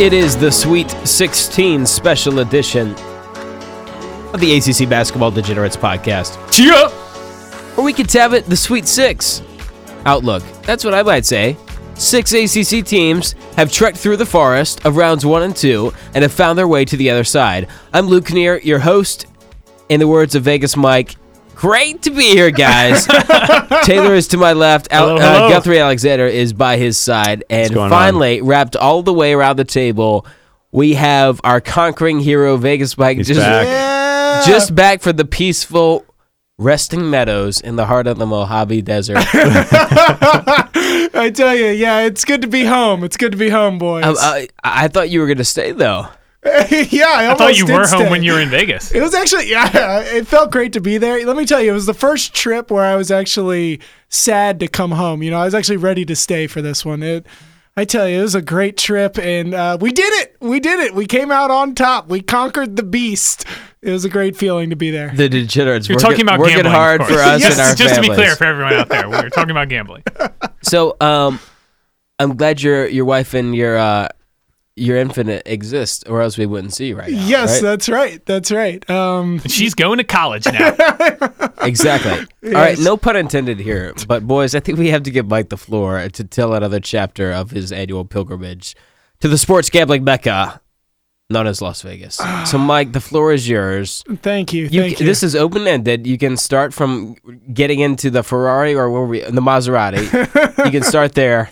It is the Sweet 16 special edition of the ACC Basketball Degenerates podcast. Chia! Or we could tab it the Sweet 6 outlook. That's what I might say. Six ACC teams have trekked through the forest of rounds one and two and have found their way to the other side. I'm Luke Kinnear, your host. In the words of Vegas Mike, great to be here, guys. Taylor is to my left. Al- Hello, uh, hello. Guthrie Alexander is by his side. And going on? finally, wrapped all the way around the table, we have our conquering hero, Vegas Mike. He's back. Just back for the peaceful resting meadows in the heart of the Mojave Desert. I tell you, yeah, it's good to be home. It's good to be home, boys. Um, I, I thought you were going to stay, though. yeah, I, I thought you were home when you were in Vegas. It was actually, yeah, it felt great to be there. Let me tell you, it was the first trip where I was actually sad to come home. You know, I was actually ready to stay for this one. It, I tell you, it was a great trip, and uh, we did it. We did it. We came out on top. We conquered the beast. It was a great feeling to be there. The degenerates. You're working, talking about working gambling, hard of for course. us Yes, and our just to be families. clear for everyone out there, we were talking about gambling. So, um, I'm glad your your wife and your uh, your infant exist, or else we wouldn't see you right now. Yes, right? that's right. That's right. Um, And she's going to college now. exactly. All right, no pun intended here, but boys, I think we have to give Mike the floor to tell another chapter of his annual pilgrimage to the sports gambling mecca known as Las Vegas. So, Mike, the floor is yours. thank you. You, Thank ca- you. This is open ended. You can start from getting into the Ferrari or where we the Maserati. you can start there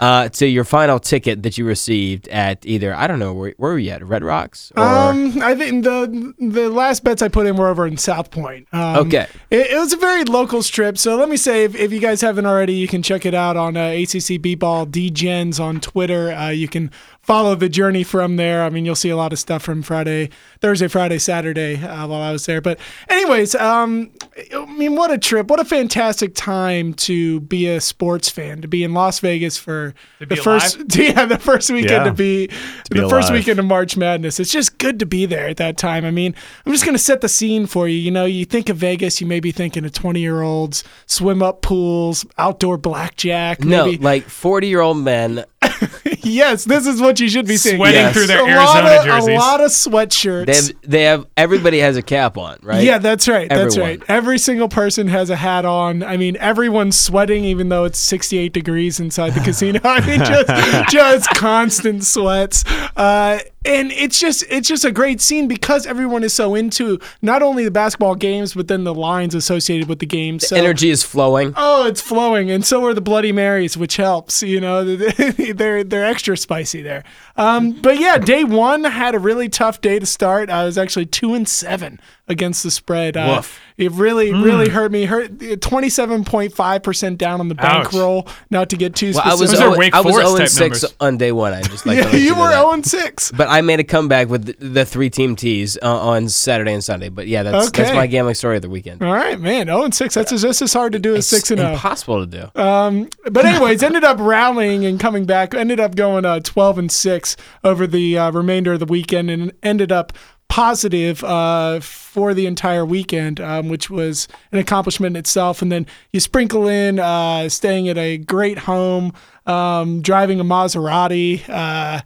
uh, to your final ticket that you received at either I don't know where, where were you at Red Rocks or Um, I think the the last bets I put in were over in South Point. Um, Okay. It, it was a very local strip, so let me say if, if you guys haven't already, you can check it out on uh, ACC B-Ball DGens on Twitter. Uh, you can follow the journey from there. I mean, you'll see a lot of stuff from Friday, Thursday, Friday, Saturday uh, while I was there. But anyways, um, I mean, what a trip! What a fantastic time to be a sports fan, to be in Las Vegas for be the first, yeah, the first weekend Yeah. to be be the first alive. weekend of March Madness. It's just good to be there at that time. I mean, I'm just gonna set the scene for you. You know, you think of Vegas, you may be thinking of 20 year olds, swim up pools, outdoor blackjack. no, maybe. like forty year old men yes, this is what you should be seeing. Sweating Yes. through their a Arizona lot of, jerseys. a lot of They sweatshirts. have, they have everybody has a cap on, right? Yeah, that's right. That's Everyone. right. Every single person has a hat on. I mean, everyone's sweating, even though it's 68 degrees inside the casino. I mean, just just constant sweats. Uh, and it's just it's just a great scene because everyone is so into not only the basketball games, but then the lines associated with the games. So. Energy is flowing. Oh, it's flowing, and so are the Bloody Marys, which helps. You know, they're they're extra spicy there. Um, but yeah, day one had a really tough day to start. I was actually two and seven against the spread. Uh, Woof. it really really hurt me. Hurt twenty seven point five percent down on the Ouch. bankroll. Not to get too Well, I specific. was Those are oh- Wake I was Forest zero and type six numbers. on day one. I just like to yeah, let you you know were that. zero and six. But I made a comeback with the, the three team tees uh, on Saturday and Sunday. But yeah, that's that's Okay. my gambling story of the weekend. All right, man, zero and six. That's just as hard to do as six and oh. Uh-huh. zero. impossible to do. But anyways, ended up rallying and coming back. Ended up going uh, 12 and six over the uh, remainder of the weekend, and ended up positive uh, for the entire weekend, um, which was an accomplishment in itself. And then you sprinkle in uh, staying at a great home, um, driving a Maserati. Uh,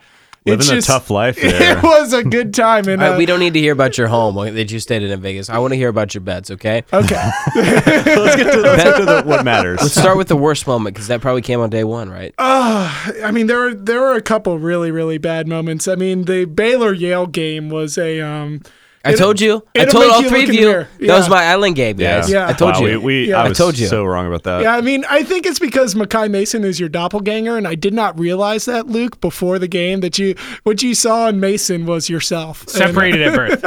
Living it's a just- tough life It there. was a good time, and All right, uh, we don't need to hear about your home that you stayed in in Vegas. I want to hear about your bets. Okay, uh, okay. let's get to, let's get to the, let's what matters. start with the worst moment because that probably came on day one, right? Uh, I mean, there were there were a couple really really bad moments. I mean, the Baylor Yale game was a. Um, I it- told you. I it'll told make all you three look of you. in the mirror. That Yeah. was my island game, guys. Yeah. I told Wow, you. We, we, Yeah. I I was told you. so wrong about that. Yeah, I mean, I think it's because Makai Mason is your doppelganger, and I did not realize that, Luke, before the game that you what you saw in Mason was yourself. And Separated at birth.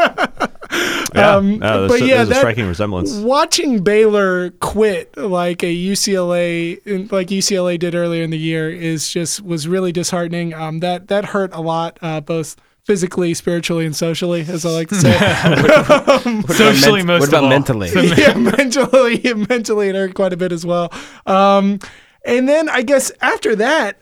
Yeah. Um, but no, there's, yeah, there's that- a striking resemblance. watching Baylor quit like a UCLA like UCLA did earlier in the year is just was really disheartening. Um, that that hurt a lot, uh, both physically, spiritually, and socially, as I like to say. What about Socially, ment- most What about of all. mentally? yeah, mentally, mentally it hurt quite a bit as well. Um, and then I guess after that,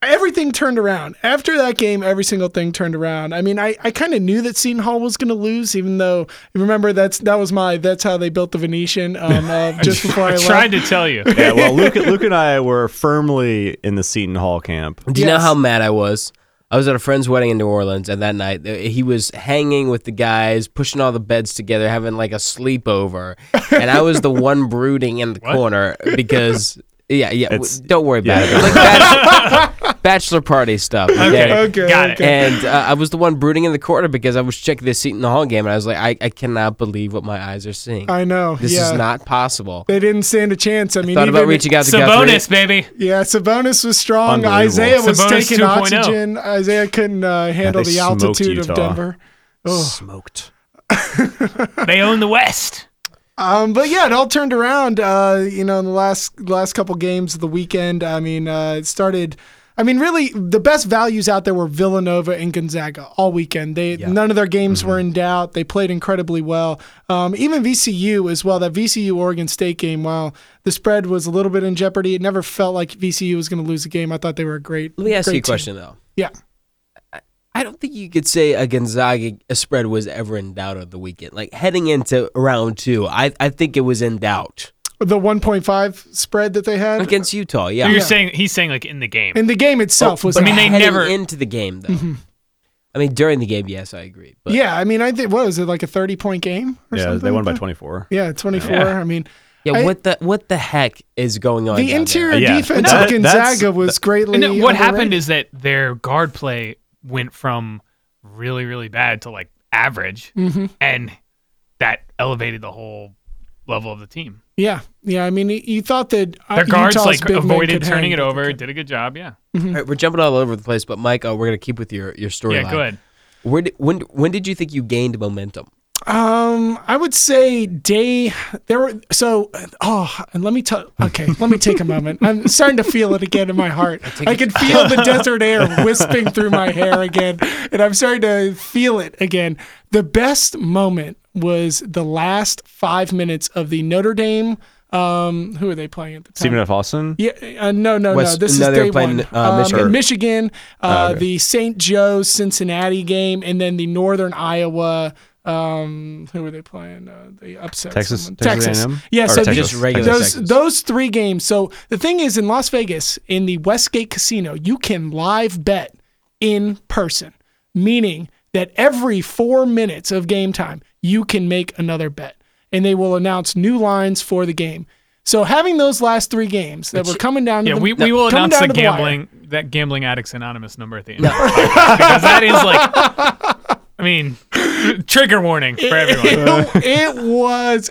everything turned around. After that game, every single thing turned around. I mean, I, I kind of knew that Seton Hall was going to lose, even though remember that's that was my that's how they built the Venetian um, uh, just before I, I left. tried to tell you. yeah, well, Luke, Luke and I were firmly in the Seton Hall camp. Do you know Yes. how mad I was? I was at a friend's wedding in New Orleans, and that night uh, he was hanging with the guys, pushing all the beds together, having like a sleepover, and I was the one brooding in the What? corner because yeah, yeah. w- It's- don't worry about yeah. it. Like bachelor, bachelor party stuff. Okay. yeah. Okay, Got it. okay. And uh, I was the one brooding in the corner because I was checking the seat in the hall game, and I was like, I, I cannot believe what my eyes are seeing. I know. this Uh, yeah. is not possible. They didn't stand a chance. I mean, Thought even about reaching out to Guthrie. Sabonis, baby. Yeah, Sabonis was strong. Unbelievable. Isaiah was Sabonis taking 2.0. oxygen. Isaiah couldn't uh, handle they the smoked altitude of Utah. Denver. Ugh. Smoked. They own the West. Um, but yeah, it all turned around. Uh, you know, in the last last couple games of the weekend. I mean, uh, it started. I mean, really, the best values out there were Villanova and Gonzaga all weekend. They none of their games were Mm-hmm. in doubt. They played incredibly well. Um, even VCU as well. That VCU Oregon State game. While the spread was a little bit in jeopardy, it never felt like VCU was going to lose a game. I thought they were a great. Let me ask great you a team. question though. Yeah. I don't think you could say a Gonzaga spread was ever in doubt of the weekend. Like heading into round two, I, I think it was in doubt the 1.5 spread that they had against Utah. Yeah, So You're saying he's saying like in the game. and the game itself Oh, was Mm-hmm. But I mean, they heading never- into the game though. I mean, during the game, yes, I agree. But yeah i mean i think what was it like a 30 point game or Yeah, something they won like by that? 24. yeah 24 i mean yeah, I- what the what the heck is going on? down the there? interior Yeah. defense No, of that- that's- gonzaga was greatly And then what happened overrated. is that their guard play went from really, really bad to like average, Mm-hmm. and that elevated the whole level of the team. yeah yeah i mean y- you thought that uh, Their guards Utah's like big men avoided could turning hang. it over, did a good job. Yeah, All right, we're jumping all over the place, but Mike, uh, we're gonna keep with your your storyline. yeah, good. Where did, when when did you think you gained momentum? Um, I would say day there were so oh, and let me tell. Okay, let me take a moment. I'm starting to feel it again in my heart. I can feel the desert air wisping through my hair again, and I'm starting to feel it again. The best moment was the last five minutes of the Notre Dame. Um, who are they playing at the time? Stephen F. Austin? Yeah, uh, no, no, West- no. This no, is they were day playing, one. uh, Um, Michigan. in Michigan, uh, Oh, okay. the St. Joe's Cincinnati game, and then the Northern Iowa. Um, who were they playing? Uh, they upset Texas- someone. Texas Texas. A&M? Yeah, Or so Texas- Just regular those Texas. those three games. So the thing is, in Las Vegas, in the Westgate Casino, you can live bet in person, meaning that every four minutes of game time, you can make another bet, and they will announce new lines for the game. So having those last three games that were coming down, to Yeah, the, we, we will coming announce down the to the wire. gambling that gambling addicts anonymous number at the end of the podcast, because that is like, I mean, trigger warning for everyone. it, it was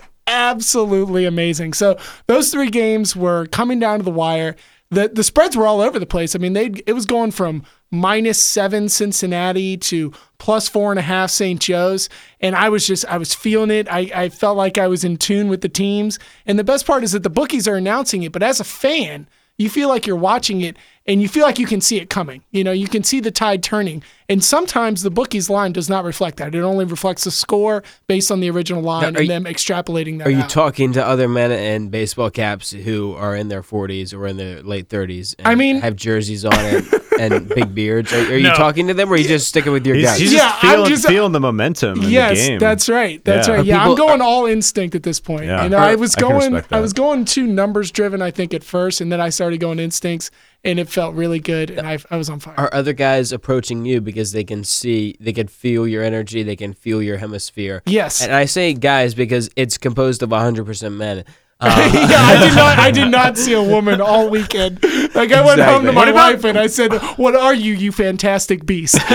absolutely amazing. So those three games were coming down to the wire. The the spreads were all over the place. I mean, they it was going from minus seven Cincinnati to plus four and a half St. Joe's, and I was just I was feeling it. I, I felt like I was in tune with the teams. And the best part is that the bookies are announcing it, but as a fan, you feel like you're watching it and you feel like you can see it coming. You know, you can see the tide turning. And sometimes the bookies line does not reflect that. It only reflects the score based on the original line are and you- them extrapolating that. Are you out. talking to other men in baseball caps who are in their 40s or in their late 30s? And I mean- have jerseys on and, and big beards. Are, are you No. talking to them, or are you just sticking with your He's, guys? he's Yeah, just I'm feeling, just- feeling the momentum in yes, the game. that's right. That's Yeah. right. Are Yeah, I'm people- going all instinct at this point. Yeah. You know, I was I can going, respect I that. was going too numbers driven. I think at first, and then I started going instincts, and it felt really good, and I, I was on fire. are other guys approaching you because they can see, they can feel your energy, they can feel your hemisphere? Yes. And I say guys because it's composed of 100% men. Uh, yeah, I did not. I did not see a woman all weekend. Like I went Exactly. home to my What about- wife and I said, "What are you, you fantastic beast?"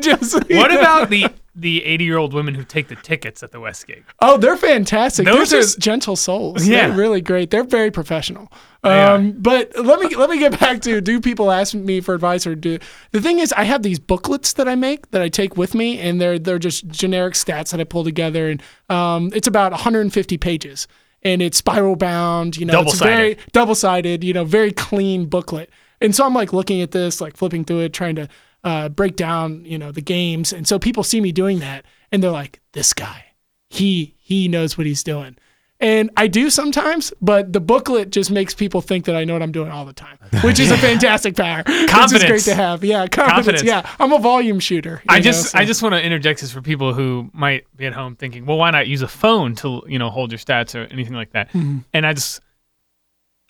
Just- What about the the eighty year old women who take the tickets at the Westgate? Oh, they're fantastic. Those they're are- just gentle souls. Yeah. They're really great. They're very professional. are. Um, but let me let me get back to do people ask me for advice or do the thing is I have these booklets that I make that I take with me and they're they're just generic stats that I pull together and um, it's about 150 pages and it's spiral bound. You know, it's Double-sided. very double sided. You know, very clean booklet. And so I'm like looking at this, like flipping through it, trying to uh, break down you know the games. And so people see me doing that and they're like, this guy he he knows what he's doing. And I do sometimes, but the booklet just makes people think that I know what I'm doing all the time, which is a fantastic power. It's Confidence. great to have. Yeah, confidence. Confidence. Yeah, I'm a volume shooter. you I know, just so- I just want to interject this for people who might be at home thinking, well, why not use a phone to you know hold your stats or anything like Mm-hmm. that? And I just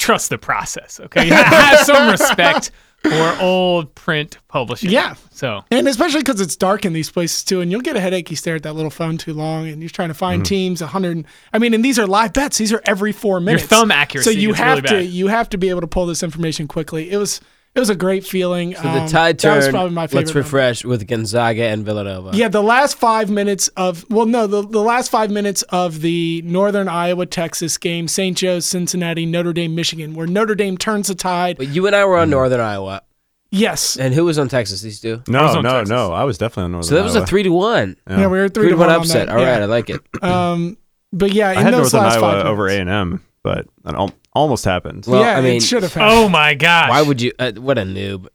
trust the process. Okay, have some respect or old print publishing. Yeah. So And especially because it's dark in these places too, and you'll get a headache. You stare at that little phone too long, and you're trying to Mm-hmm. find teams. A hundred. I mean, and these are live bets. These are every four minutes. thumb accuracy So you gets have really to bad. you have to be able to pull this information quickly. It was it was a great feeling. So the Um, tide That was turned. probably my favorite. Let's moment. refresh with Gonzaga and Villanova. Yeah, the last five minutes of well, no, the, the last five minutes of the Northern Iowa Texas game, St. Joe's, Cincinnati, Notre Dame, Michigan, where Notre Dame turns the tide. But you and I were on Northern Iowa, Yes, and who was on Texas? These two. I was No, on no, Texas. no. I was definitely on Northern So that was a Iowa. three to one. yeah, we were three, Three to one on upset. that. All right, Yeah. I like it. Um, but yeah, I in had those Northern last Iowa five over minutes. A and M, but it al- almost happened. Well, yeah, I mean, it should have happened. oh my gosh. why would you? Uh, what a noob!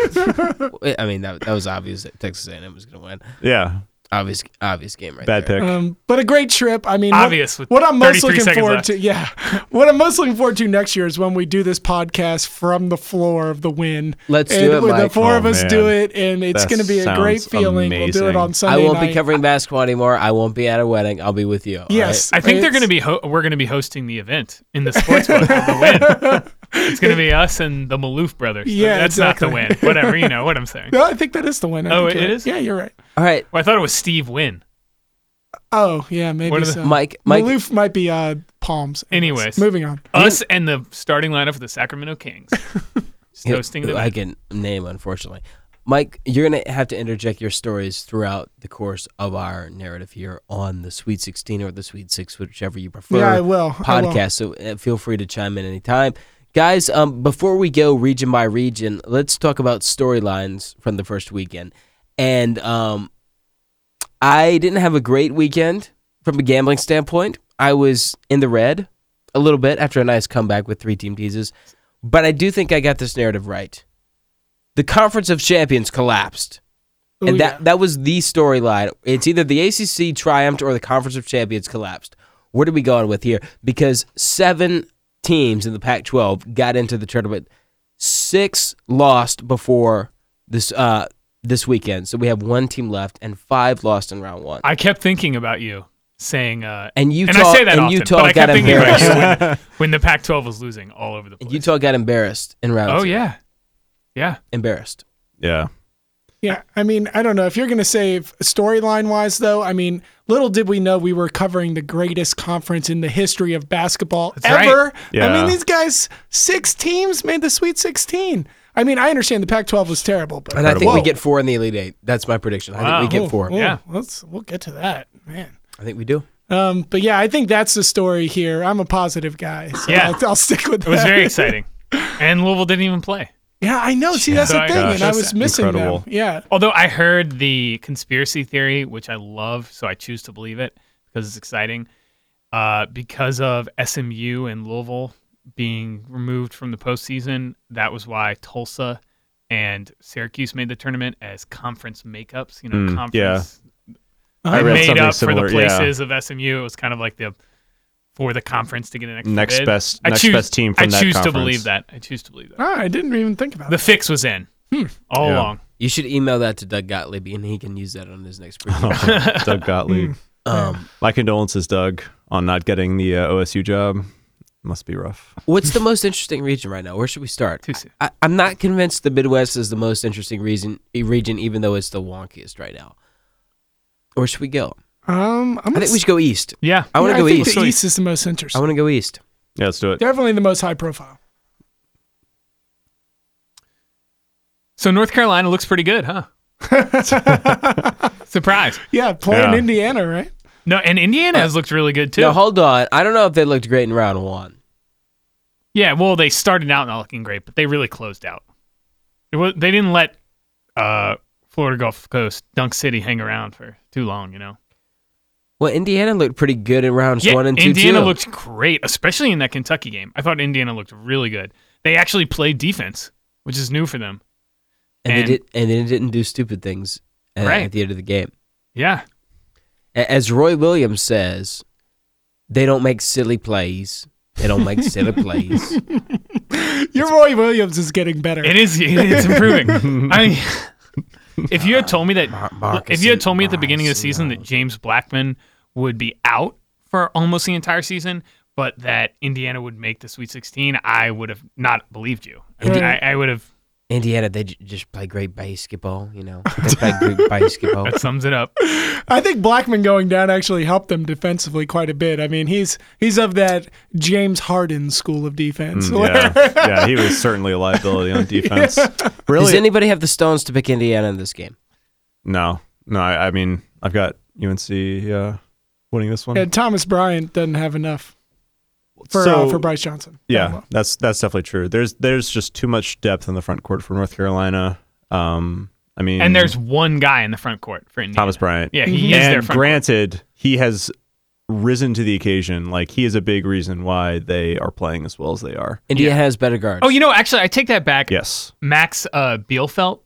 I mean, that, that was obvious. That Texas A&M was going to win. yeah, Obvious, obvious game right bad there. pick. Um, but a great trip. I mean, what- Obvious with What, I'm most 33 looking seconds forward left. to, yeah, what I'm most looking forward to next year is when we do this podcast from the floor of the win. Let's and do it, when The Mike. four Oh, of us man. do it, and it's That going to be a great sounds feeling. We'll do it amazing. on I Sunday. won't night. be covering basketball anymore. I won't be at a wedding. I'll be with you. all Yes, right? I think they're it's- going to be ho- we're going to be hosting the event in the sports book. the win. It's going to be us and the Maloof brothers. Yeah, that's not the win. Whatever, you know what I'm saying. No, I think that is the win. I Oh, think it you're right. is? Yeah, you're right. All right, Well, I thought it was Steve Win. Oh, yeah, maybe What are the- so. Mike. Mike. Maloof might be uh, palms. Anyways. moving on. Us and the starting lineup of the Sacramento Kings. Just who- hosting who the I can name, unfortunately. Mike, you're going to have to interject your stories throughout the course of our narrative here on the Sweet 16 or the Sweet Six, whichever you prefer. Yeah, I will. I will. Podcast. So uh, feel free to chime in anytime. Guys, um, before we go region by region, let's talk about storylines from the first weekend. And um, I didn't have a great weekend from a gambling standpoint. I was in the red a little bit after a nice comeback with three team teases, but I do think I got this narrative right. The Conference of Champions collapsed, Ooh, and that, yeah. that was the storyline. It's either the ACC triumphed or the Conference of Champions collapsed. What are we going with here? Because seven teams in the Pac 12 got into the tournament, six lost before this. Uh, this weekend, so we have one team left and five lost in round one. I kept thinking about you saying, uh, And Utah- and I say that and often, Utah but I got kept thinking about you embarrassed. when, when the Pac-12 was losing all over the place. Utah got embarrassed in round. oh two. yeah, yeah. embarrassed. yeah, Yeah, I mean, I don't know if you're going to say if- storyline wise though. I mean, little did we know we were covering the greatest conference in the history of basketball right. ever. I Yeah. mean, these guys, six teams made the Sweet 16. I mean, I understand the Pac-12 was terrible, but And I think we Whoa. get four in the Elite Eight. That's my prediction. I think we Wow. get four. Whoa, Yeah. let's we'll get to that, man. I think we do. Um, but yeah, I think that's the story here. I'm a positive guy, so Yeah. I'll, I'll stick with that. It was very exciting. And Louisville didn't even play. Yeah, I know. See, that's the Sorry, thing, gosh, and I that's was missing incredible. them. Yeah, Although I heard the conspiracy theory, which I love, so I choose to believe it because it's exciting. Uh, because of SMU and Louisville being removed from the postseason, that was why Tulsa and Syracuse made the tournament as conference makeups. You know, Mm, conference I they read made something up for similar. the Yeah, places of SMU. It was kind of like the for the conference to get an extra next bid. best, I next choose, best team from I that choose to conference. believe that. I choose to believe that. Ah, I didn't even think about The it. fix was in Hmm, all Yeah. along. You should email that to Doug Gottlieb, and he can use that on his next preview. Oh, Doug Gottlieb. um, My condolences, Doug, on not getting the uh, OSU job. Must be rough. what's the most interesting region right now? Where should we start? Too soon. I, I'm not convinced the Midwest is the most interesting reason, e, region, even though it's the wonkiest right now. Where should we go? Um, I I'm gonna think we should go east. Yeah. I want to Yeah, go think east. The East is the most I interesting. want to go east. Yeah, let's do it. Definitely the most high profile. So North Carolina looks pretty good, huh? Surprise. Yeah, playing Yeah. Indiana, right? No, and Indiana has looked really good too. Now hold on. I don't know if they looked great in round one. yeah, well, they started out not looking great, but they really closed out. It was, they didn't let uh, Florida Gulf Coast Dunk City hang around for too long, you know. Well, Indiana looked pretty good in rounds Yeah, one and two. Indiana too. looked great, especially in that Kentucky game. I thought Indiana looked really good. They actually played defense, which is new for them. and, and- they did, and they didn't do stupid things uh, Right. at the end of the game. Yeah. A- As Roy Williams says, they don't make silly plays. They don't make silly plays. Your Roy Williams is getting better. It is. It's improving. I. If you had told me that, Marcus if you had and told me at the Bryce, beginning of the you season that James Blackman would be out for almost the entire season, but that Indiana would make the Sweet 16, I would have not believed you. I, mean, Right. I, I would have Indiana, they j- just play great basketball. You know, they play great basketball. That sums it up. I think Blackman going down actually helped them defensively quite a bit. I mean, he's he's of that James Harden school of defense. Mm, Yeah, yeah, he was certainly a liability on defense. Does Really? anybody have the stones to pick Indiana in this game? no, no. I, I mean, I've got UNC uh, winning this one. and Thomas Bryant doesn't have enough for uh, So- for Bryce Johnson. Yeah, that's that's definitely true. There's there's just too much depth in the front court for North Carolina. Um, I mean, And there's one guy in the front court for Indiana. Thomas Bryant. Yeah, he is their and front granted, he has risen to the occasion. Like he is a big reason why they are playing as well as they are. Indiana has better guards. court. Oh, you know, actually, I take that back. Yes, Max uh, Bielfeld,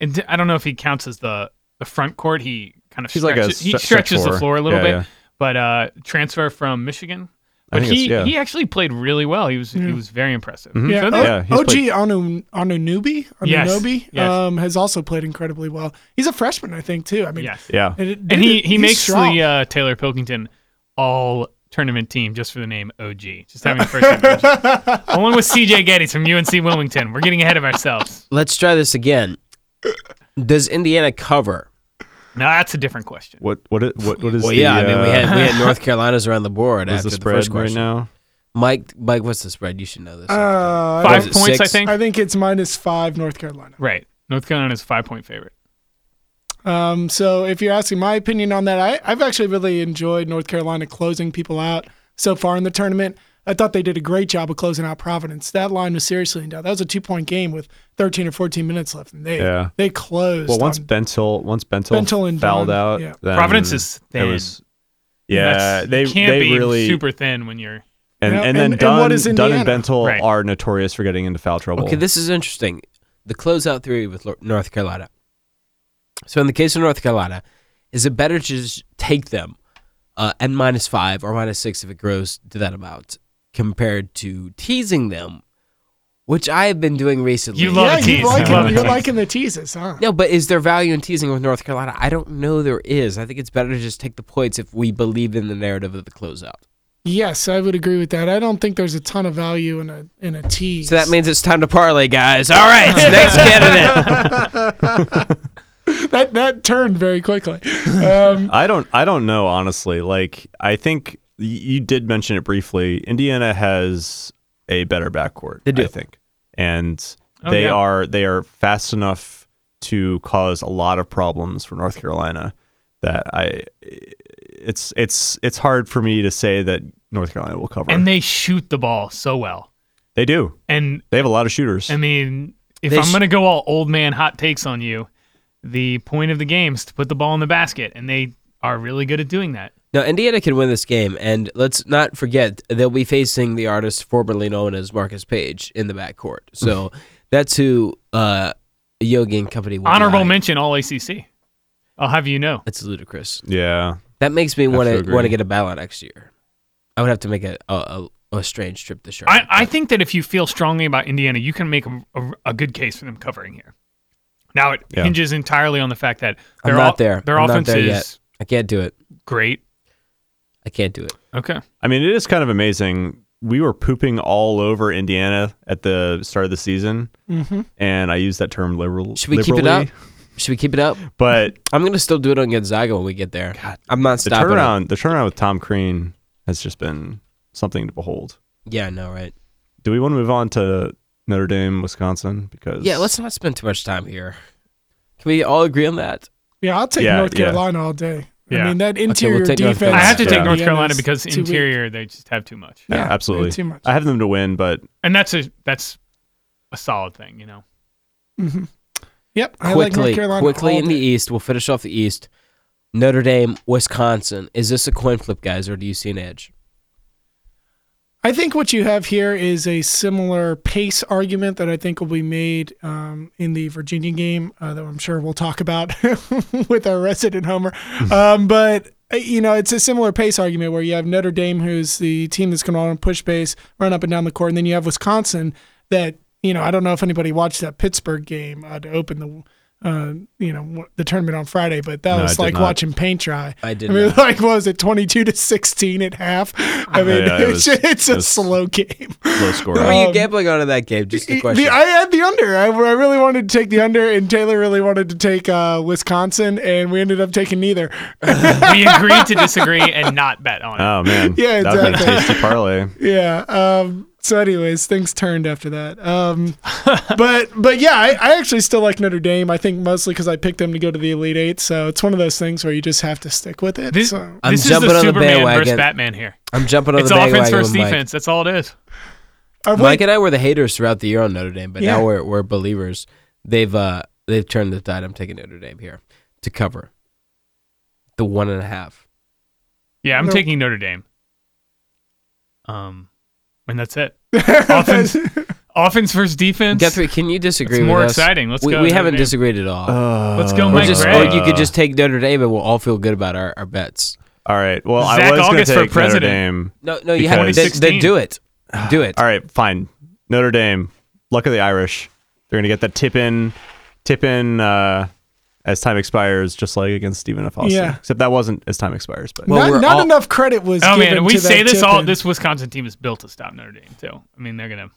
and I don't know if he counts as the the front court. He kind of He's like a stretches, he stre- stretches stretch the floor a little Yeah, bit, yeah. but uh, transfer from Michigan. I But think he, it's- yeah. Mm-hmm. he actually played really well. He was he was very impressive. Yeah, So O- they- Yeah, he's OG Anu, Anunobi, Hmm? Yes, Anunobi yes. Um, has also played incredibly well. He's a freshman, I think, too. I mean, yes. yeah. and, it- and he, he Oh, he's makes strong. the uh, Taylor Pilkington all tournament team just for the name OG. Just having a first name OG. Along with CJ Geddes from UNC Wilmington. We're getting ahead of ourselves. Let's try this again. Does Indiana cover? Now that's a different question. What what i- what what is? Well, the, yeah. I mean, we uh, had we had North Carolina's around the board what is after the the, spread first right question. now? Mike, Mike, what's the spread? You should know this. Uh, What Five is it, points, I six? think. I think it's minus five North Carolina. Right. North Carolina's a five point favorite. Um, so if you're asking my opinion on that, I, I've actually really enjoyed North Carolina closing people out so far in the tournament. I thought they did a great job of closing out Providence. That line was seriously in doubt. That was a two point game with 13 or 14 minutes left, and they Yeah. they closed. Well, once on- Bentel once Bentel, Bentel and fouled Dunn, out, yeah. then Providence is It thin. was, yeah, That's- they you can't they be really super thin when you're and, Yeah, and then and- and what Dunn, is Dunn and Indiana? Bentel Right. are notorious for getting into foul trouble. Okay, this is interesting. The closeout theory with Lo- North Carolina. So, in the case of North Carolina, is it better to just take them uh, and minus five or minus six if it grows to that amount compared to teasing them, which I have been doing recently? You love yeah, a you tease. like I love a you're tease. liking the teases, huh? No, but is there value in teasing with North Carolina? I don't know there is. I think it's better to just take the points if we believe in the narrative of the closeout. Yes, I would agree with that. I don't think there's a ton of value in a in a tease. So that means it's time to parlay, guys. All right, next candidate. that that turned very quickly. Um, I don't I don't know honestly. Like I think y- you did mention it briefly. Indiana has a better backcourt. They do. I think, and Oh, they yeah. are they are fast enough to cause a lot of problems for North Carolina. That I, it's it's it's hard for me to say that North Carolina will cover. and they shoot the ball so well. they do. And They have a lot of shooters. I mean, if They I'm sh- going to go all old man hot takes on you, the point of the game is to put the ball in the basket, and they are really good at doing that. Now, Indiana can win this game, and let's not forget they'll be facing the artist formerly known as Marcus Page in the backcourt. So that's who uh, Yogi and company will Honorable be eyeing. mention, all ACC. I'll have you know. That's ludicrous. yeah, That makes me want to agree. want to get a ballot next year. I would have to make a a, a, a strange trip to Charlotte. I, I think that if you feel strongly about Indiana, you can make a, a- a good case for them covering here. Now it Yeah. hinges entirely on the fact that I'm their not o- there. Their I'm not offense there is yet. I can't do it. great. I can't do it. Okay, I mean, it is kind of amazing. We were pooping all over Indiana at the start of the season, and I use that term liberal. Mm-hmm. Should we keep it liberally, up? Should we keep it up? But I'm gonna still do it on Gonzaga when we get there. I'm not the stopping. it. turnaround, the turnaround with Tom Crean has just been something to behold. Yeah, I know, right? Do we want to move on to Notre Dame, Wisconsin? Because Yeah, let's not spend too much time here. Can we all agree on that? yeah, I'll take Yeah, North yeah. Carolina all day. I Yeah. mean that we'll interior take North defense. Carolina. I have to Yeah. take North Indiana's Carolina because too weak. interior they just have too much, Yeah, Yeah, absolutely. too much. I have them to win, but and that's a that's a solid thing, you know. Yep, I like quickly, North Carolina quickly all in the day. East. We'll finish off the East. Notre Dame, Wisconsin. Is this a coin flip, guys, or do you see an edge? I think what you have here is a similar pace argument that I think will be made um, in the Virginia game, uh, that I'm sure we'll talk about with our resident homer. Um, but uh, you know, it's a similar pace argument where you have Notre Dame, who's the team that's going to run push base, run up and down the court, and then you have Wisconsin that you know I don't know if anybody watched that Pittsburgh game uh, to open the uh, you know w- the tournament on Friday, but that No, I was did like not. watching paint dry. I did I mean, not. like what was it twenty two to sixteen at half? I mean, yeah, it it's, was- it's it a was- slow game. Low score. What were you Um, gambling on in that game? Just a question. The, I had the under. I, I really wanted to take the under, and Taylor really wanted to take uh, Wisconsin, and we ended up taking neither. we agreed to disagree and not bet on it. Uh, Oh man. Yeah, That would have been a exactly. tasty parlay. yeah. Um, so, anyways, things turned after that. Um, but but yeah, I, I actually still like Notre Dame. I think mostly because I picked them to go to the Elite Eight. So it's one of those things where you just have to stick with it. this so. I'm this is jumping on the the Superman versus bandwagon. Batman here. I'm jumping on It's the offense bandwagon versus with Mike. defense. That's all it is. Are we- Mike and I were the haters throughout the year on Notre Dame, but Yeah. now we're we're believers. They've uh they've turned the tide. I'm taking Notre Dame here to cover the one and a half. Yeah, I'm No. taking Notre Dame. Um, and that's it. offense, offense versus defense. Guthrie, can you disagree It's with more us? exciting. Let's we, go We Notre haven't Dame. Oh, disagreed at all. Let's go, Or Mike just, Gray. or you could just take Notre Dame and we'll all feel good about our, our bets. All right. Well, Zach I was going to August for take Notre president. Dame. No, no, you haven't. Because- Then, then do it. Do it. All right, fine. Notre Dame, luck of the Irish. They're going to get that tip in, tip in uh, as time expires, just like against Stephen F. Austin. Yeah. Except that wasn't as time expires, but Well, we're not not all- enough credit was Oh given man, and we to that say this all. tip-in. This Wisconsin team is built to stop Notre Dame too. I mean, they're gonna.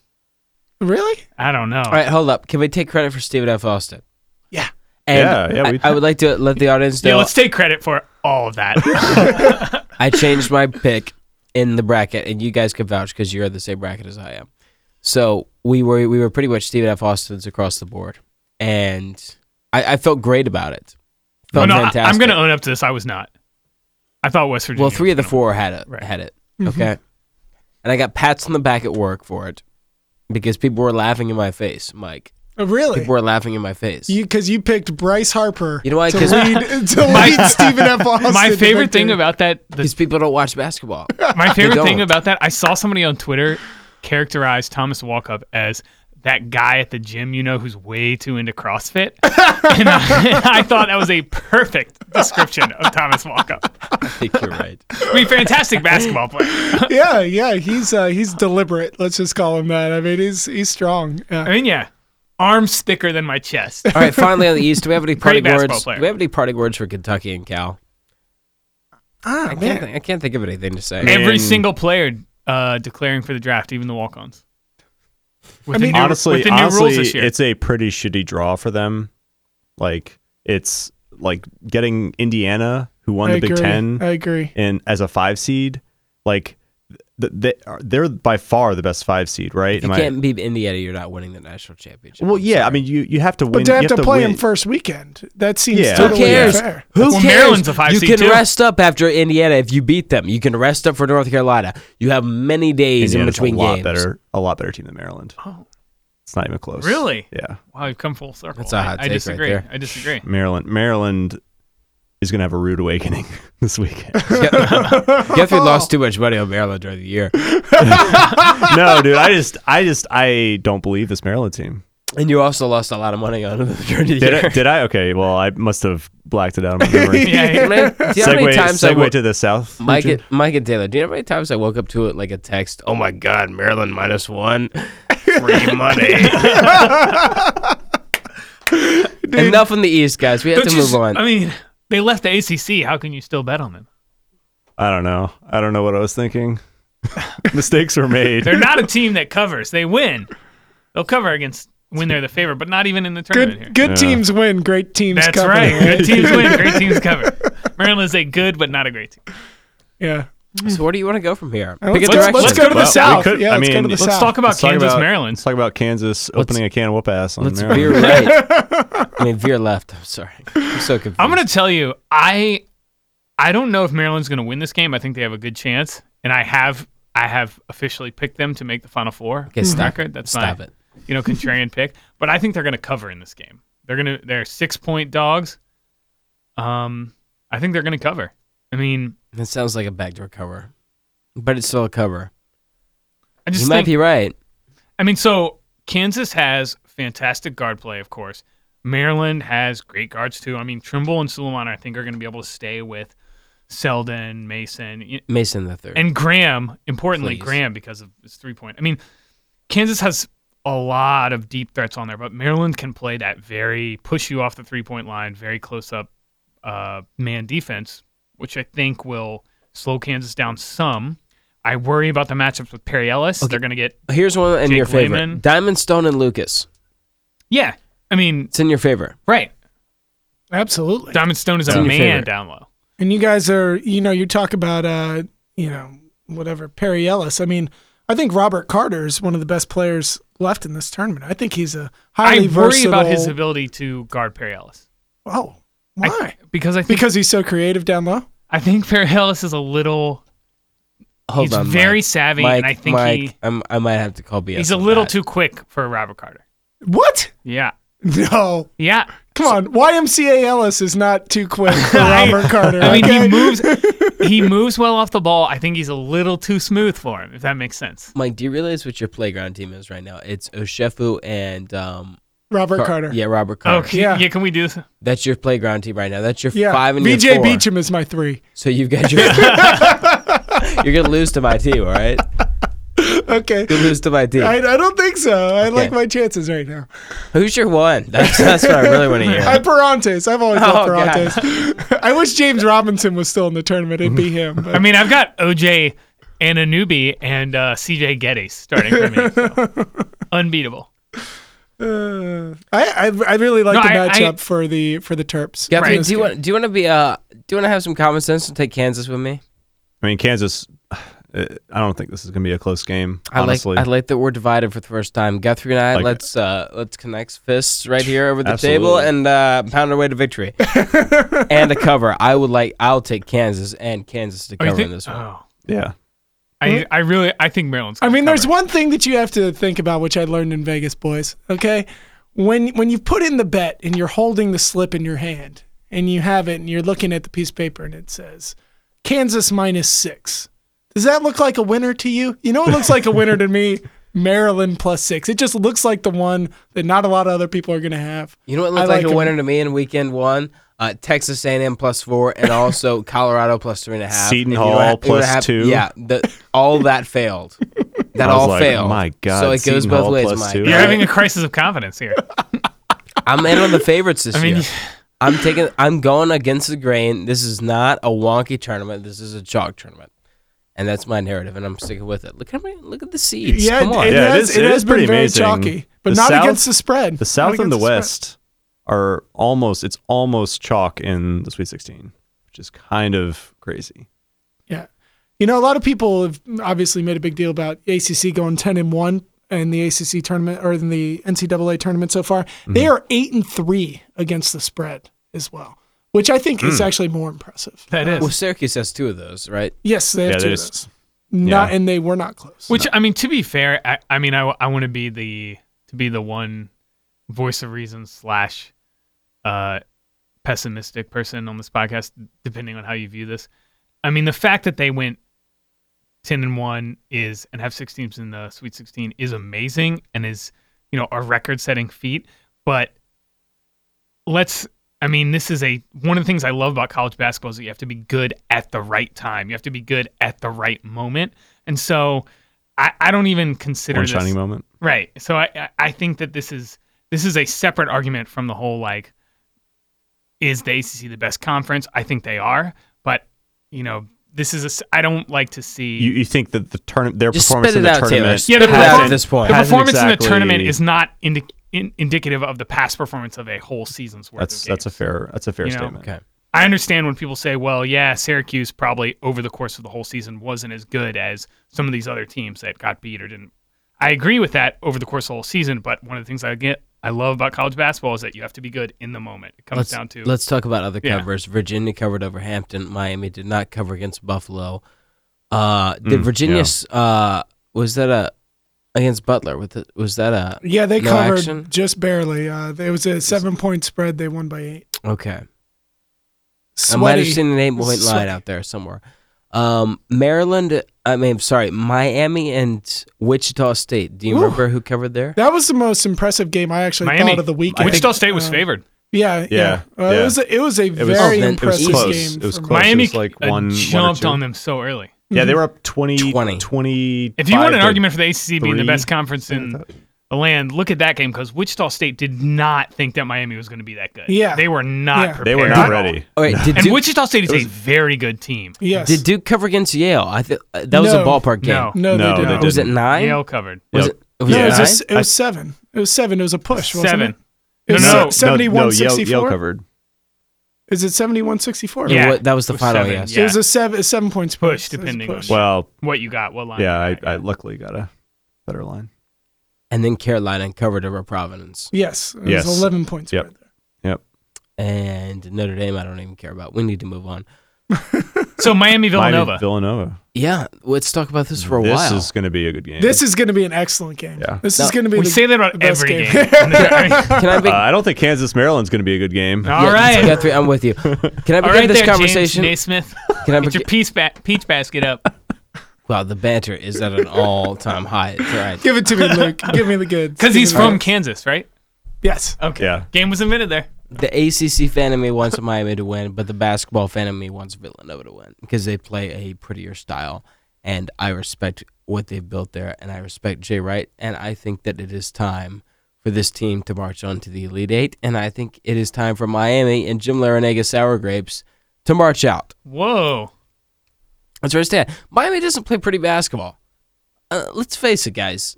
really? I don't know. All right, hold up. Can we take credit for Stephen F. Austin? Yeah. And Yeah, yeah, I- we- I, would like to let the audience yeah, know let's take credit for all of that. I changed my pick in the bracket, and you guys can vouch because you're in the same bracket as I am. So we were we were pretty much Stephen F. Austin's across the board, and I, I felt great about it. Oh, Felt no, I, fantastic. am gonna own up to this. I was not. I thought West Virginia. Well, three was of the gonna four had it. Right. Had it. Okay. And I got pats on the back at work for it because people were laughing in my face, Mike. Oh, really? People were laughing in my face. You because you picked Bryce Harper. You know why? To 'Cause- lead, to lead Stephen F. Austin. win. My to favorite thing victory. about that. The, Because people don't watch basketball. my favorite don't. thing about that. I saw somebody on Twitter characterize Thomas Walkup as that guy at the gym, you know, who's way too into CrossFit, and I, I thought that was a perfect description of Thomas Walkup. I think you're right. I mean, fantastic basketball player. yeah, yeah, he's uh, he's deliberate. Let's just call him that. I mean, he's he's strong. I Yeah. mean, yeah, arms thicker than my chest. All right, finally on the East, do we have any parting basketball words? player. Do we have any parting words for Kentucky and Cal? Ah, I can't, man. think, I can't think of anything to say. Man. Every And- single player uh, declaring for the draft, even the walk-ons. With I mean- the new, honestly, with the new honestly, rules this year, it's a pretty shitty draw for them. Like it's like getting Indiana, who won I the Big agree. Ten, I agree. and as a five seed, like th- they are, they're by far the best five seed, right? If you Am I- can't beat Indiana, you're not winning the national championship. well, yeah. I mean, you you have to win. But to you have, to, play win. him first weekend, that seems Yeah. Who totally cares? fair. Who Well, cares? Maryland's a five you seed, can too. rest up after Indiana if you beat them. You can rest up for North Carolina. You have many days Indiana's in between a lot games. better, a lot better team than Maryland. Oh. It's not even close. Really? Yeah. wow, you've come full circle. That's a hot I, I take right disagree. there. I disagree. Maryland Maryland is going to have a rude awakening this weekend. Guthrie lost too much money on Maryland during the year, no, dude, I just I just I don't believe this Maryland team. and you also lost a lot of money on them during the Did year. I, did I? Okay, well, I must have blacked it out of my memory. Yeah, yeah. Man, do you know how Segue, many times I segue woke, to the South. Mike, region. and, Mike and Taylor, do you know how many times I woke up to it like a text? Oh my God, Maryland minus one, free money. Enough in the East, guys. We have Don't to you move s- on. I mean, they left the ACC. How can you still bet on them? I don't know. I don't know what I was thinking. Mistakes were made. They're not a team that covers. They win. They'll cover against when they're the favorite, but not even in the tournament Good here. good teams win, great teams That's cover. right. Good teams win. Great teams cover. Maryland's a good, but not a great team. Yeah. so where do you want to go from here? Let's Pick a go, direction. let's go to the Well, we south. could- yeah, I let's go mean, to the let's south. Talk about Let's talk Kansas, about- Maryland. Let's talk about Kansas opening a can of whoop ass on Let's Maryland. veer right and veer left. I'm sorry. I'm so confused. I'm gonna tell you, I I don't know if Maryland's gonna win this game. I think they have a good chance, and I have I have officially picked them to make the Final Four. Okay, stop Mm-hmm. record. it. That's Stop my, it. You know, contrarian pick, but I think they're gonna cover in this game. They're gonna they're six point dogs. Um, I think they're gonna cover. I mean, That sounds like a backdoor cover, but it's still a cover. I You just might think, be right. I mean, so Kansas has fantastic guard play, of course. Maryland has great guards too. I mean, Trimble and Suleiman, I think, are gonna be able to stay with Selden, Mason. y- Mason the third. And Graham, importantly, Please. Graham because of his three point. I mean, Kansas has a lot of deep threats on there, but Maryland can play that very push you off the three point line, very close up uh, man defense, which I think will slow Kansas down some. I worry about the matchups with Perry Ellis. They're going to get Here's one in Jake your favor: Lehman. Diamond Stone and Lucas. yeah. I mean, It's in your favor. right. Absolutely. Diamond Stone is It's a in your man favorite. down low. And you guys are, you know, you talk about, uh, you know, whatever Perry Ellis. I mean, I think Robert Carter is one of the best players left in this tournament. I think he's a highly I worry versatile. about his ability to guard Perry Ellis oh, I- why? because I think because he's so creative down low. I think Perry Ellis is a little Hold he's on, Mike. very savvy, Mike, and I think Mike, he I'm, I might have to call BS. he's a on little that. too quick for Robert Carter. What? Yeah, No. yeah. Come on. YMCA Ellis is not too quick for Robert Carter. I mean, okay? he moves he moves well off the ball. I think he's a little too smooth for him, if that makes sense. Mike, do you realize what your playground team is right now? It's Oshefu and um, Robert Car- Carter. Yeah, Robert Carter. Okay, Yeah. yeah. Can we do this? That's your playground team right now. That's your Yeah. five and your VJ four. Beecham is my three. So you've got your. You're gonna lose to my team, all right? Okay. You lose to my team. I, I don't think so. I like Okay. my chances right now. Who's your one? That's, that's what I really want to hear. I Perantes. I've always Oh, loved God. Perantes. I wish James Robinson was still in the tournament. It'd be him. But I mean, I've got OJ and Anubi and uh, CJ Geddes starting for me. so. Unbeatable. uh, I, I I really like No, the I- I- matchup for the for the Terps. Gavin, Right. do you want do you want to be uh do you want to have some common sense and take Kansas with me? I mean, Kansas. uh, I don't think this is going to be a close game. I honestly, like I like that we're divided for the first time. Guthrie and I Like it. let's uh let's connect fists right here over the Absolutely. table and uh, pound our way to victory and a cover. I would like I'll take Kansas and Kansas to Oh, you cover think- in this one. oh. yeah. I, I really I think Maryland's. Hmm? I gonna mean, cover. there's one thing that you have to think about, which I learned in Vegas, boys. Okay, when when you put in the bet and you're holding the slip in your hand and you have it and you're looking at the piece of paper and it says Kansas minus six. Does that look like a winner to you? You know, it looks like a winner to me. Maryland plus six. It just looks like the one that not a lot of other people are going to have. You know what I looked like, like a 'em. winner to me in weekend one? Uh, Texas A&M plus four, and also Colorado plus three and a half. And Seton you know what Hall hap- you know what plus hap- two. Yeah, the, all that failed. That I was all like, failed. my God, So it goes Seton both Hall ways, plus Mike. two. You're having a crisis of confidence here. I'm in on the favorites this I mean, year. I'm taking. I'm going against the grain. This is not a wonky tournament. This is a chalk tournament, and that's my narrative, and I'm sticking with it. Look at many, look at the seeds. Yeah, Come it- on. it, Yeah, it has, is- it it has is been pretty very amazing. chalky, but The not South- against the spread. Oh The South Not and the against spread. West are almost. It's almost chalk in the Sweet 16, which is kind of crazy. Yeah. You know, a lot of people have obviously made a big deal about ACC going 10 and 1 in the ACC tournament or in the NCAA tournament so far. Mm-hmm. They are 8 and 3 against the spread as well, which I think Mm. is actually more impressive. that Well, is. Syracuse has two of those, right? Yes, they have Yeah, two they of just- those. Not, And they were not close. Which I mean, to be fair, I, I mean, I, w- I want to be the to be the one voice of reason slash uh, pessimistic person on this podcast, depending on how you view this. I mean, the fact that they went ten and one is and have six teams in the Sweet Sixteen is amazing and is you know a record setting feat. But let's. I mean, this is a one of the things I love about college basketball is that you have to be good at the right time. You have to be good at the right moment, and so I, I don't even consider One this E- shining moment. Right. So I I- I think that this is this is a separate argument from the whole like is the ACC the best conference? I think they are, but you know this is a s- I don't like to see You, you think that the tournament, their Just performance spit in it the out, Taylor. tournament, Spit Yeah, it the out at perform- this point. the hasn't performance in the exactly- tournament is not indic- in, indicative of the past performance of a whole season's worth. that's of that's a games. fair that's a fair You know, statement. Okay. I understand when people say, well, yeah, Syracuse probably over the course of the whole season wasn't as good as some of these other teams that got beat or didn't. I agree with that over the course of the whole season, but one of the things I get I love about college basketball is that you have to be good in the moment. It comes Let's, down to let's talk about other Yeah. covers. Virginia covered over Hampton. Miami did not cover against Buffalo. Uh, did Virginia? s Uh, was that a against Butler? With the, was that a yeah, they no covered action? just barely. Uh, it was a seven point spread. They won by eight. okay? I might have Sweaty. seen an eight point line Sweaty. out there somewhere. Um, Maryland, I mean, sorry, Miami and Wichita State. Do you Ooh. remember who covered there? That was the most impressive game I actually Miami. thought of the weekend. Wichita State was Uh, favored. Yeah, yeah. Yeah, Uh, It yeah. was a, it was a was- very Oh, then it was impressive close. game. It was from- close. Miami was like uh, one- one or jumped two. on them so early. Yeah, they were up 20, 20. 20 If you want an 25 to- argument for the ACC being the three. best conference in land, look at that game because Wichita State did not think that Miami was going to be that good. Yeah. they were not Yeah. prepared. They were at not all. ready. Okay, Oh, did And Duke, Wichita State is a very good team. Yes. did Duke cover against Yale? I th- uh, that was a No. ballpark game. No. no, No, they they didn't. Was it Didn't. nine? Yale covered. Was Yep. it? Was No, it it was, nine? a s- it was seven. It was seven. It was a push. Wasn't Seven. It? It was No, se- no. No, no, no, 71 Yale, 64. Yale covered. Is it 71 64? Yeah. Or what- that was the It was final. seven, yes. yeah. It was a seven, seven points Push, It was a depending push. on- Well, What you got? What line? yeah, you I, got, I luckily got a better line. And then Carolina covered over Providence. Yes. It Yes. was 11 points. Yep. right there. And Notre Dame, I don't even care about. We need to move on. So Miami Miami, Villanova. Villanova. Yeah, let's talk about this for a this while. is going to be a good game. This is going to be an excellent game. Yeah. This No, is going to be we the say that about best every game. game. All Can I Uh, make I don't think Kansas Maryland's going to be a good game. Yeah, right. Guthrie, I'm with you. Can I begin All right, this there, conversation? James Naismith. Can I Get begin? your peach, ba- peach basket up. wow, the banter is at an all-time high. It's all right. Give it to me, Luke. Give me the goods. Because Give he's me the from goods. Kansas, right? Yes. Okay. Yeah. Game was invented there. The ACC fan in me wants Miami to win, but the basketball fan in me wants Villanova to win because they play a prettier style, and I respect what they've built there, and I respect Jay Wright, and I think that it is time for this team to march on to the Elite Eight, and I think it is time for Miami and Jim Larinaga Sour Grapes to march out. Whoa. Let's understand. Miami doesn't play pretty basketball. Uh, let's face it, guys.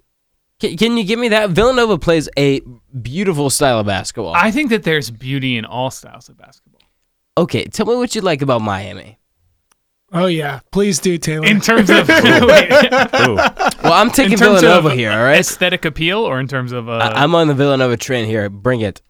Can, can you give me that? Villanova plays a beautiful style of basketball. I think that there's beauty in all styles of basketball. okay, tell me what you like about Miami. Oh, yeah. Please do, Taylor. In terms of Ooh, Well, I'm taking in terms Villanova of here, all right? aesthetic appeal or in terms of. Uh, I, am on the Villanova train here. Bring it.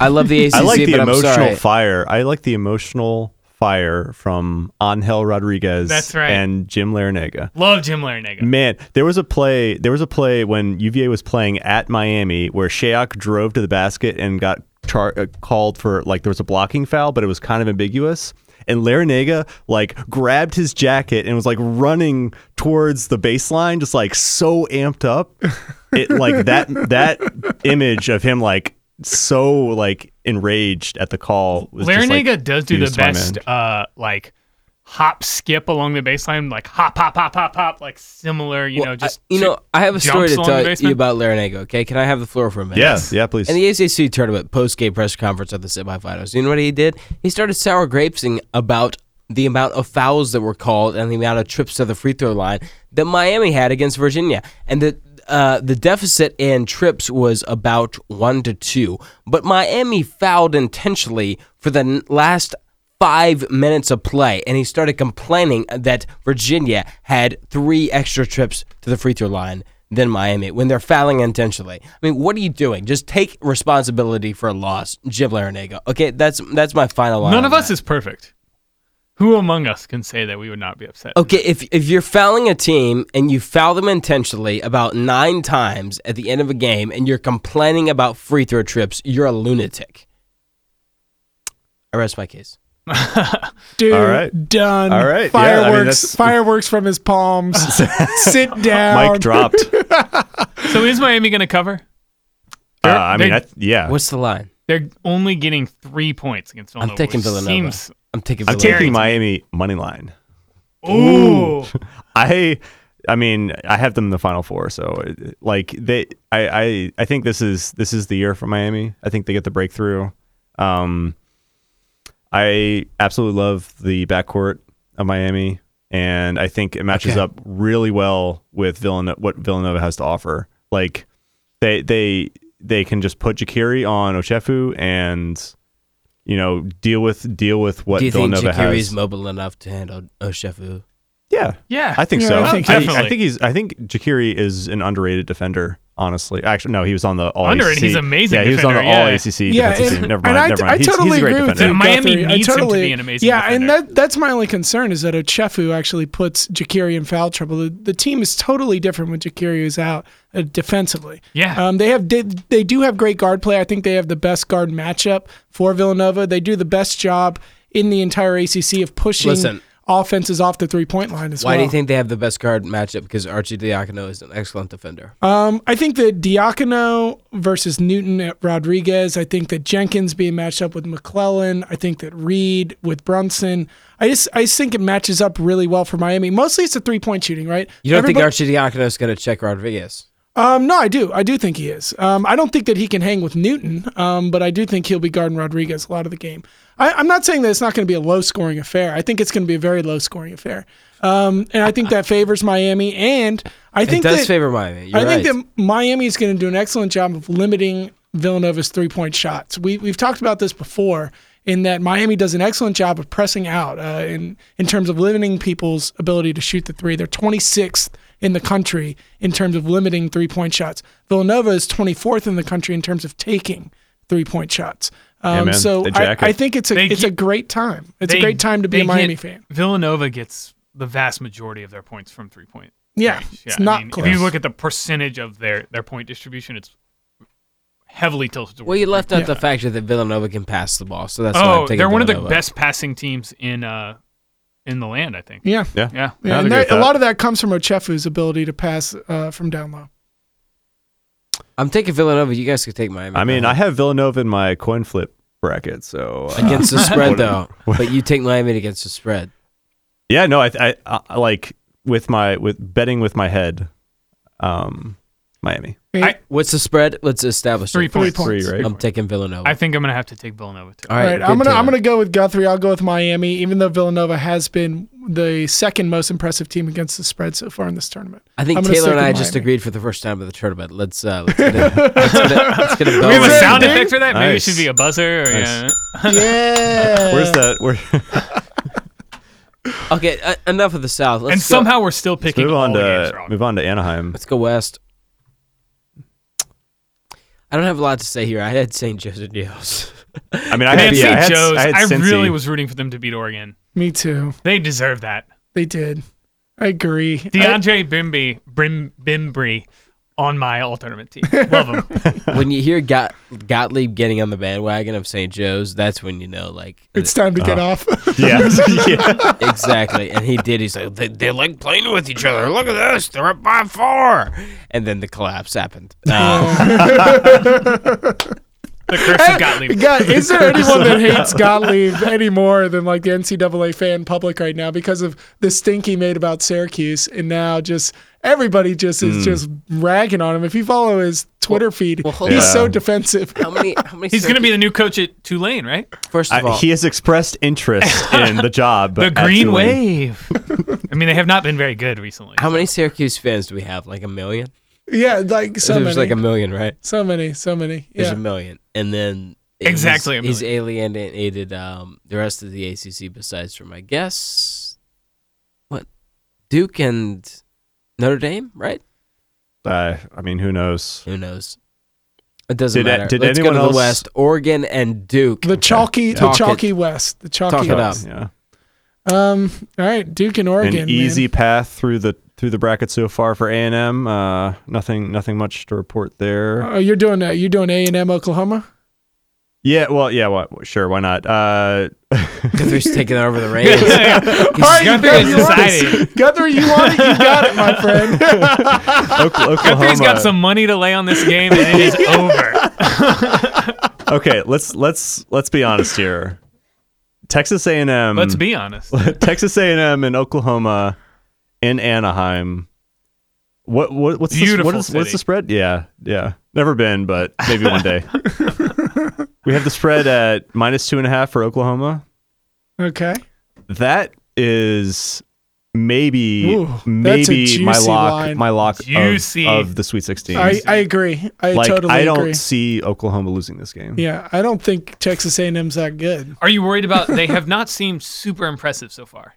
I love the ACC, I like the but I'm emotional sorry. fire. I like the emotional fire from Angel Rodriguez That's right. and Jim Larinaga. love Jim Larinaga. Man, there was a play. There was a play when UVA was playing at Miami where Shayok drove to the basket and got char- uh, called for like there was a blocking foul, but it was kind of ambiguous. And Larinaga like grabbed his jacket and was like running towards the baseline, just like so amped up. It like that that image of him like so like enraged at the call. Was just, like, Larinaga does do he the was best, tormented. uh, like hop skip along the baseline, like hop, hop, hop, hop, hop, like similar, you Well, know, I- just. you know, I have a story jumps to along the tell you basement? about Larinaga, okay? Can I have the floor for a minute? Yeah, yeah, please. In the ACC tournament post game press conference at the semifinals, you know what he did? He started sour grapesing about the amount of fouls that were called and the amount of trips to the free throw line that Miami had against Virginia, and the uh, the deficit in trips was about one to two. But Miami fouled intentionally for the n- last five minutes of play, and he started complaining that Virginia had three extra trips to the free throw line than Miami when they're fouling intentionally. I mean, what are you doing? Just take responsibility for a loss, Jim Larinaga. Okay, that's that's my final line. on None of us that. is perfect. Who among us can say that we would not be upset? Okay, if if you're fouling a team and you foul them intentionally about nine times at the end of a game, and you're complaining about free throw trips, you're a lunatic. I rest my case. Dude, All right. done. All right. Yeah, I mean, Fireworks, that's- fireworks from his palms. Sit down. Mike dropped. So is Miami going to cover? Uh, They're- I mean, they're- I, yeah. What's the line? They're only getting three points against Villanova. I'm taking which Villanova. Oh, Seems, I'm taking I'm Villanova. taking Miami money line. ooh, I I mean, I have them in the final four, so it- like they I, I I think this is this is the year for Miami. I think they get the breakthrough. Um I absolutely love the backcourt of Miami and I think it matches Okay. up really well with Villanova what Villanova has to offer. Like they they they can just put Jakiri on Ochefu and you know, deal with deal with what Do you think Villanova Shakiri's has. mobile enough to handle Oshefu? Yeah. yeah. I think Yeah, so. I I think think, so. I, Definitely. think he's. I think Jakiri is an underrated defender. Honestly, actually, no, he was on the all Underrated? ACC. He's an amazing Yeah, he was on the defender, all yeah. ACC Yeah, defensive and- team. Never and mind. I- never I mind. he's, totally he's a great agree with defender. you. Miami Guthrie, I needs him to totally- be an amazing Yeah, and defender. that that's my only concern is that Ochefu actually puts Jakiri in foul trouble. The, the team is totally different when Jakiri is out uh, defensively. Yeah. um, they have they, they do have great guard play. I think they have the best guard matchup for Villanova. They do the best job in the entire ACC of pushing Listen. offenses off the three point line as Why well. do you think they have the best guard matchup? Because Archie Diacono is an excellent defender. Um, I think that Diacono versus Newton at Rodriguez. I think that Jenkins being matched up with McClellan. I think that Reed with Brunson. I just I just think it matches up really well for Miami. Mostly it's the three point shooting, right? You don't think Everybody- Archie Diacono is going to check Rodriguez? Um, no, I do. I do think he is. Um, I don't think that he can hang with Newton, um, but I do think he'll be guarding Rodriguez a lot of the game. I, I'm not saying that it's not going to be a low scoring affair. I think it's going to be a very low scoring affair. Um, and I think that favors Miami. And I It think does that, favor Miami. You're I think right. that Miami is going to do an excellent job of limiting Villanova's three point shots. We, we've talked about this before in that Miami does an excellent job of pressing out uh, in, in terms of limiting people's ability to shoot the three. They're 26th in the country in terms of limiting three point shots. Villanova is 24th in the country in terms of taking three point shots. Um, man. so They I, jack it. I think it's a They it's get- a great time. It's They- a great time to be they a Miami get- fan. Villanova gets the vast majority of their points from three point. Yeah, range. it's I not mean, close. If you look at the percentage of their their point distribution, it's heavily tilted towards. well, you left out Yeah. the factor that Villanova can pass the ball, so that's why I'm oh, taking they're one of the Villanova. best passing teams in uh in the land. I think. yeah. Yeah. Yeah. I'd Yeah, and agree that, with a that. lot of that comes from Ochefu's ability to pass uh, from down low. I'm taking Villanova. You guys could take Miami. I mean, I have Villanova in my coin flip bracket, so uh, against the spread though, but you take Miami against the spread. yeah, no, I, I, I like with my with betting with my head, um, Miami. I- What's the spread? Let's establish Three it. points. Three, right? I'm taking Villanova. I think I'm gonna have to take Villanova too. All All right, right, I'm good gonna I'm team. gonna go with Guthrie. I'll go with Miami, even though Villanova has been the second most impressive team against the spread so far in this tournament. I think I'm gonna Taylor and stick with I just Miami. agreed for the first time of the tournament. Let's uh, let's get it. Let's get it. Let's get it We have going. a sound Dude. effect for that. Maybe it Nice. should be a buzzer. Or, uh, Nice. yeah. Yeah. Where's that? Where, Okay, uh, enough of the South. Let's And go- somehow we're still let's picking move all on the games to wrong. move on to Anaheim. let's go west. I don't have a lot to say here. I had St. Joseph Dios. I mean, I I had, had yeah, I St. had, Joe's. I, had I Cincy. really was rooting for them to beat Oregon. Me too. They deserve that. They did. I agree. I- DeAndre Bimby, Brim, Bimbry on my all tournament team. Love him. when you hear Got- Gottlieb getting on the bandwagon of St. Joe's, that's when you know, like, it's time to get off. Yeah, yeah. exactly. And he did. He's like, they, they like playing with each other. Look at this. They're up by four. And then the collapse happened. Uh, The curse of Gottlieb. God, is there anyone that hates Gottlieb any more than like the NCAA fan public right now because of the stink he made about Syracuse, and now just everybody just Hmm. is just ragging on him. If you follow his Twitter feed, well, hold he's on. so defensive. how many? How many? He's going to be the new coach at Tulane, right? First of I, all, he has expressed interest in the job. The at Green Tulane. Wave. I mean, they have not been very good recently. how many Syracuse fans do we have? Like a million? Yeah, like so many, There's like a million, right? so many, so many. There's Yeah, a million, and then it was- Exactly a he's alienated um, the rest of the ACC besides from I guess what Duke and Notre Dame, right? Uh, I mean, who knows? Who knows? It doesn't Did a- matter. did Let's go anyone to the else- West. Oregon and Duke. the chalky, the Talk it. chalky West, the Talk chalky. it up. Yeah, Um, all right, Duke and Oregon. an man. easy path through the through the bracket so far for A and M. Uh, nothing, nothing much to report there. Oh, you're doing that. You're doing A and M, Oklahoma. yeah, well, yeah, why sure, why not? Uh, Guthrie's taking over the reins. All right, Guthrie Guthrie, is you want it. decided. Guthrie, you want it? You got it, my friend. Ok- Oklahoma. Guthrie's got some money to lay on this game, and it is over. okay, let's let's let's be honest here. Texas A and M. Let's be honest. Texas A and M and Oklahoma in Anaheim. What what what's the, what Beautiful is, what's city. the spread? Yeah, yeah. Never been, but maybe one day. we have the spread at minus two and a half for Oklahoma. Okay. That is maybe Ooh, that's a maybe juicy my lock line. my lock of- Juicy. Of, the Sweet Sixteen. I, I agree. I like totally I don't agree. see Oklahoma losing this game. Yeah, I don't think Texas A&M's that good. Are you worried about? They have not seemed super impressive so far.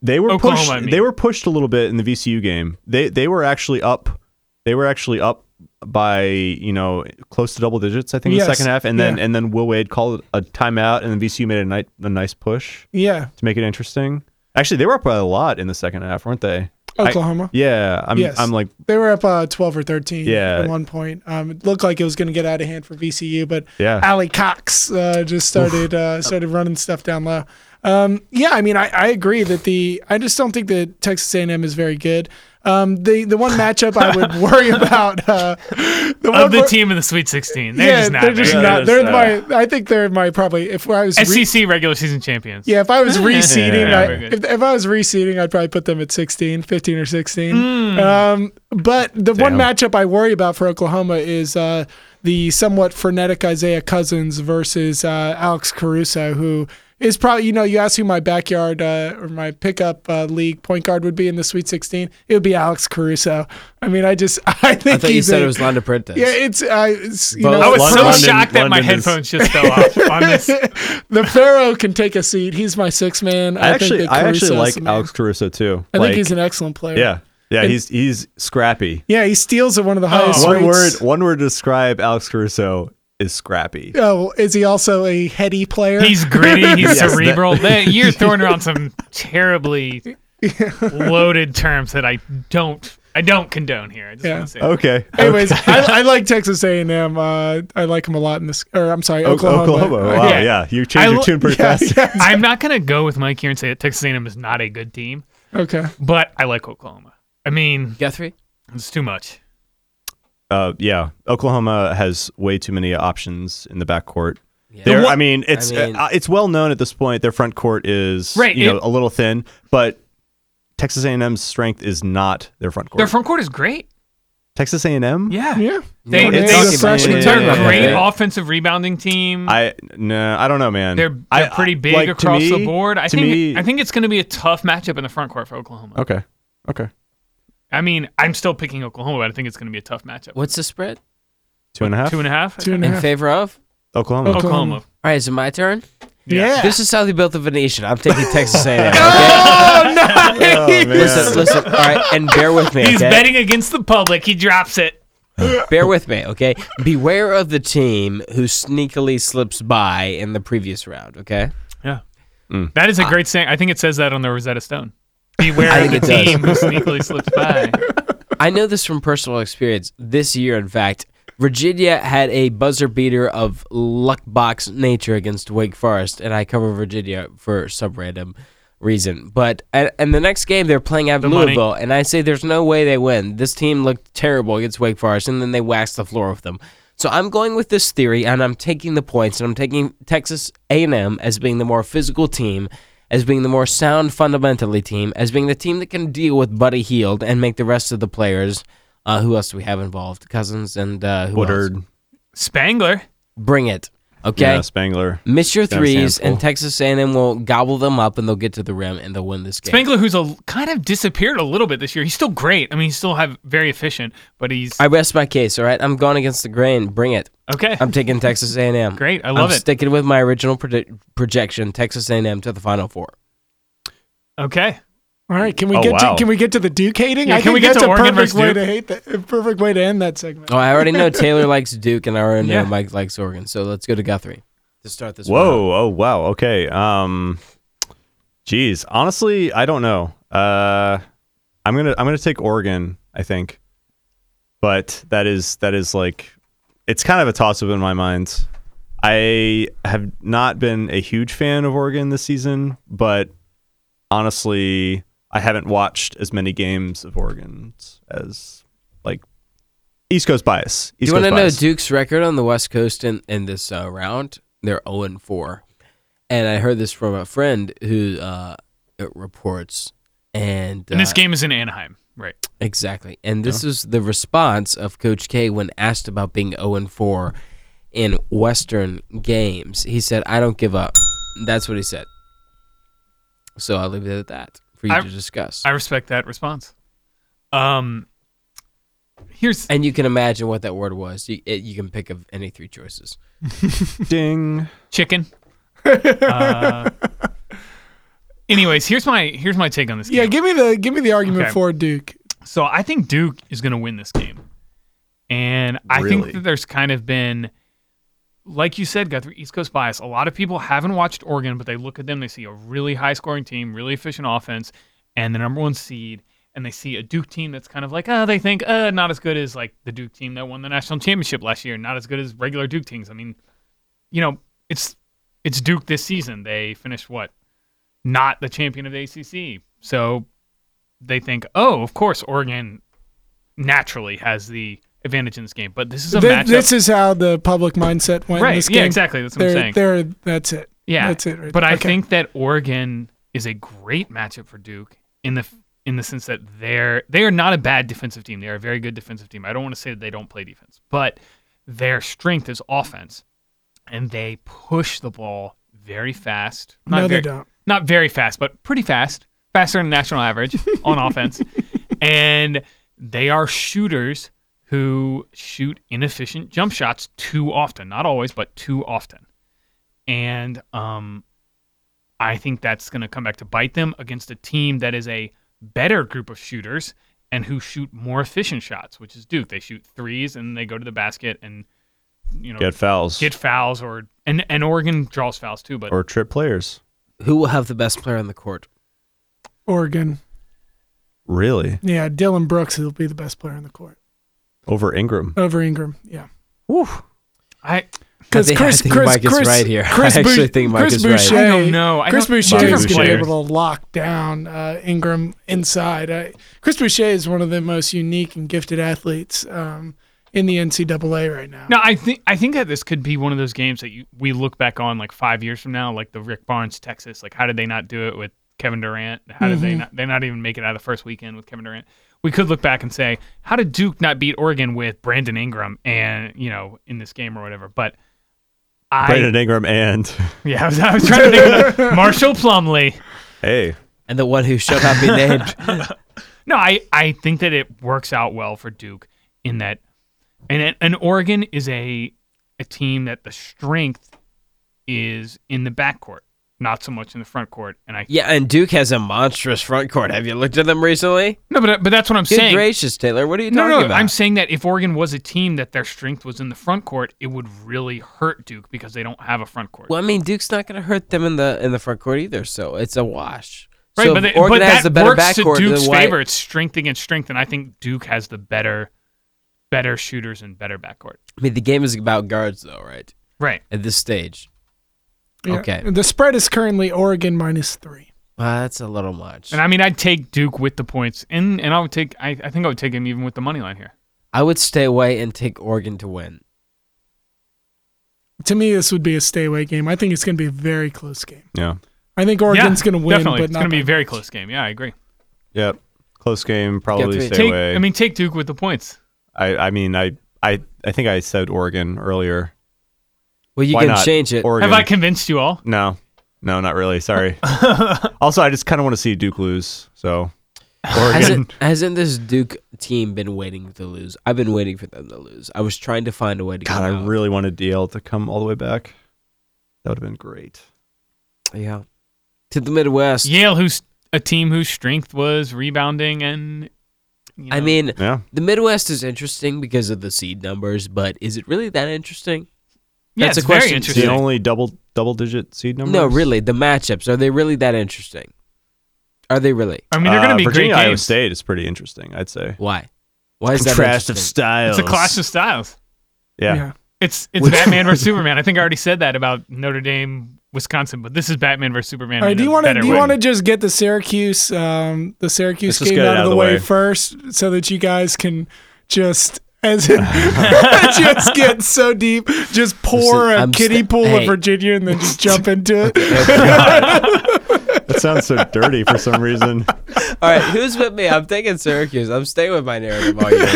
They were Oklahoma, pushed. I mean. They were pushed a little bit in the VCU game. They they were actually up. They were actually up by you know close to double digits. I think in Yes. the second half, and then Yeah. and then Will Wade called a timeout, and then VCU made a, ni- a nice push Yeah, to make it interesting. Actually, they were up by a lot in the second half, weren't they? I- Oklahoma. yeah, I'm Yes. I'm like they were up uh, 12 or 13 Yeah. at one point. Um, it looked like it was going to get out of hand for VCU, but Yeah. Ali Cox uh, just started uh, started running stuff down low. Um, yeah, I mean, I, I agree that the I just don't think that Texas A&M is very good. Um, the the one matchup I would worry about uh, the one Of the wor- team in the Sweet 16. They're yeah, just not. they're just very not. good. E They're Uh, my. I think they're my probably. If I was re- SEC regular season champions. yeah, if I was reseeding, Yeah, I, very good. if, if I was reseeding, I'd probably put them at 16, 15 or 16. Hmm. Um, but the one matchup I worry about for Oklahoma is uh, the somewhat frenetic Isaiah Cousins versus uh, Alex Caruso, who is probably, you know, you ask who my backyard uh, or my pickup uh, league point guard would be in the Sweet 16, it would be Alex Caruso. I mean, I just, I think I thought he's you said a- it was Londa Prentice. Yeah, it's, I it's, you Both know, I was so London- shocked that my London is- headphones just fell off on this. the Pharaoh can take a seat. He's my sixth man. I I, actually, think I that actually Caruso's like the man. Alex Caruso too. I Like, think he's an excellent player. yeah, yeah. He's he's scrappy. Yeah, he steals at one of the highest Oh, One word, rates. one word to describe Alex Caruso is scrappy. Oh, is he also a heady player? He's gritty. He's Yes, cerebral. They- You're throwing around some terribly loaded terms that I don't. I don't condone here. I just Yeah. want to say. Okay. Anyways, I, I like Texas A&M. Uh, I like him a lot in this. Or I'm sorry, O- Oklahoma. Oklahoma. Wow. Yeah. Yeah. You changed I your lo- tune pretty Yeah, fast. yeah. I'm not gonna go with Mike here and say that Texas A&M is not a good team, Okay. but I like Oklahoma. I mean, Guthrie? it's too much. Uh, yeah. Oklahoma has way too many options in the backcourt. There, I mean, it's I mean- uh, it's well known at this point. Their front court is Right, you know, it- a little thin, but Texas A&M's strength is not their front court. Their front court is great. Texas A&M. Yeah, Yeah. They, It's they, a freshman they're team. a great Yeah. offensive rebounding team. I no, I don't know, man. they're they're I- pretty I- big like, to across the me- board. I to think me- I think it's going to be a tough matchup in the front court for Oklahoma. Okay. Okay. I mean, I'm still picking Oklahoma, but I think it's going to be a tough matchup. What's the spread? Two and a half. Two and a half. Two and a In half. favor of? Oklahoma. Okay. Oklahoma. All right, is it my turn? Yeah. This is how they built the Venetian. I'm taking Texas A&M. Okay? Oh, man. Listen, listen. All right, and bear with me. He's okay? betting against the public. He drops it. Bear with me, okay? Beware of the team who sneakily slips by in the previous round, okay? Yeah. That is a great saying. I think it says that on the Rosetta Stone. Beware of the Uh, think it does. team who sneakily slips by. I know this from personal experience. This year, in fact, Virginia had a buzzer beater of luck box nature against Wake Forest, and I cover Virginia for some random reason. But and, and the next game they're playing at money. Louisville, and I say there's no way they win. This team looked terrible against Wake Forest, and then they waxed the floor with them. So I'm going with this theory, and I'm taking the points, and I'm taking Texas A&M as being the more physical team as being the more sound fundamentally team, as being the team that can deal with Buddy Heald and make the rest of the players. Uh, who else do we have involved? Cousins and uh, who Woodard. else? Spangler. Bring it. Okay. Yeah, Spangler. Miss your It's gonna be threes, and handful. Texas A&M will gobble them up, and they'll get to the rim, and they'll win this game. Spangler, who's a kind of disappeared a little bit this year. He's still great. I mean, he's still have very efficient, but he's I rest my case. All right, I'm going against the grain. Bring it. okay. I'm taking Texas A&M. Great. I love I'm it. Sticking with my original predi- projection, Texas A&M to the Final Four. okay. All right. Can we Oh, get wow. to Can we get to the Duke hating? Yeah, I can think we get that's to a Oregon versus perfect way Duke? to hate that. a Perfect way to end that segment. Oh, I already know Taylor likes Duke, and I already know Yeah. Mike likes Oregon. So let's go to Guthrie to start this. one out. Whoa! Oh wow! Okay. Um, geez. Honestly, I don't know. Uh, I'm gonna I'm gonna take Oregon. I think, but that is that is like, it's kind of a toss up in my mind. I have not been a huge fan of Oregon this season, but honestly, I haven't watched as many games of Oregon as like East Coast bias. East you Coast want to know bias. Duke's record on the West Coast in, in this uh, round? They're 0 and 4. And I heard this from a friend who uh, it reports. And, And this uh, game is in Anaheim. Right. Exactly. And this is the response of Coach K when asked about being 0 and 4 in Western games. He said, I don't give up. That's what he said. So I'll leave it at that for you I- to discuss. I respect that response. Um, here's and you can imagine what that word was. You, it, you can pick of any three choices. Ding. chicken. Uh, anyways, here's my here's my take on this game. Yeah. Give me the Give me the argument Okay. for Duke. So I think Duke is going to win this game. And I Really? think that there's kind of been, like you said, Guthrie, East Coast bias. A lot of people haven't watched Oregon, but they look at them, they see a really high scoring team, really efficient offense, and the number one seed. And they see a Duke team that's kind of like, oh, they think, uh, not as good as like the Duke team that won the national championship last year, not as good as regular Duke teams. I mean, you know, it's it's Duke this season. They finished what? Not the champion of the ACC. So they think, oh, of course, Oregon naturally has the advantage in this game. But this is a Th- matchup. this is how the public mindset went. in right. this Yeah, game. exactly. That's what I'm They're, saying. they're, that's it. yeah. That's it. Right but I Okay. think that Oregon is a great matchup for Duke in the in the sense that they're they are not a bad defensive team. They are a very good defensive team. I don't want to say that they don't play defense, but their strength is offense, and they push the ball very fast. Not No, they very, don't. Not very fast, but pretty fast, faster than the national average on offense, and they are shooters who shoot inefficient jump shots too often. Not always, but too often and um, I think that's going to come back to bite them against a team that is a better group of shooters and who shoot more efficient shots, which is Duke. They shoot threes and they go to the basket and you know Get fouls get fouls or and and Oregon draws fouls too, but or trip players. Who will have the best player on the court? Oregon. Really? Yeah, Dylan Brooks will be the best player on the court Over Ingram. over Ingram. Yeah. I I think- I think Mike is right here. Chris I actually Bou- think Mike Chris is right. Boucher, I don't know. I Chris don't- Boucher different is going to be players. able to lock down uh, Ingram inside. Uh, Chris Boucher is one of the most unique and gifted athletes um, in the NCAA right now. no, I think I think that this could be one of those games that you, we look back on like five years from now, like the Rick Barnes Texas. Like, how did they not do it with Kevin Durant? How did they not? They not even make it out of the first weekend with Kevin Durant. We could look back and say, how did Duke not beat Oregon with Brandon Ingram and you know in this game or whatever? But I Brandon Ingram and yeah, I was, I was trying to think Marshall Plumley. hey, And the one who shall not be named. No, I, I think that it works out well for Duke in that, and and Oregon is a a team that the strength is in the backcourt, not so much in the front court. And I Yeah, and Duke has a monstrous front court. Have you looked at them recently? no, but but that's what I'm Good saying. gracious, Taylor. What are you No, talking no, about? I'm saying that if Oregon was a team that their strength was in the front court, it would really hurt Duke because they don't have a front court. well, I mean, Duke's not going to hurt them in the in the front court either, so it's a wash. Right, so but, if they, Oregon but has that the better works to backcourt than Duke's why- favor. It's strength against strength, and I think Duke has the better, better shooters and better backcourt. I mean, the game is about guards, though, right? Right. At this stage, Yeah. okay. The spread is currently Oregon minus three. uh, that's a little much. And I mean, I'd take Duke with the points, and and I would take. I, I think I would take him even with the money line here. I would stay away and take Oregon to win. To me, this would be a stay away game. I think it's going to be a very close game. yeah, I think Oregon's yeah, going to win, Definitely, but it's not going to be a by very much. close game. Yeah, I agree. yep. Close game, probably three. stay Take, away. I mean, take Duke with the points. I, I mean, I, I, I think I said Oregon earlier. Well, you Why can not? change it. Oregon. Have I convinced you all? no, no, not really. Sorry. also, I just kind of want to see Duke lose. So Oregon. Hasn't, hasn't this Duke team been waiting to lose? I've been waiting for them to lose. I was trying to find a way to God, get I out. really wanted DL to come all the way back. That would have been great. yeah to the Midwest. Yale, who's a team whose strength was rebounding, and you I know, mean, Yeah. the Midwest is interesting because of the seed numbers, but is it really that interesting? yeah, that's it's a very question. The interesting. only double double digit seed numbers. No, really, the matchups are they really that interesting? Are they really? I mean, they're going to Uh, be Virginia great Iowa games. State is pretty interesting, I'd say. Why? Why is that Contrast of interesting? styles. It's a clash of styles. yeah. Yeah. It's it's Batman versus Superman. I think I already said that about Notre Dame, Wisconsin, but this is Batman versus Superman. All right, in do you a want to better do you way. want to just get the Syracuse um, the Syracuse Let's just game get it out, of the, way, first, so that you guys can just as in, just get so deep, just pour Listen, a I'm kiddie sta- pool hey. of Virginia and then just jump into it. That sounds so dirty for some reason. All right, who's with me? I'm taking Syracuse. I'm staying with my narrative all year. Long.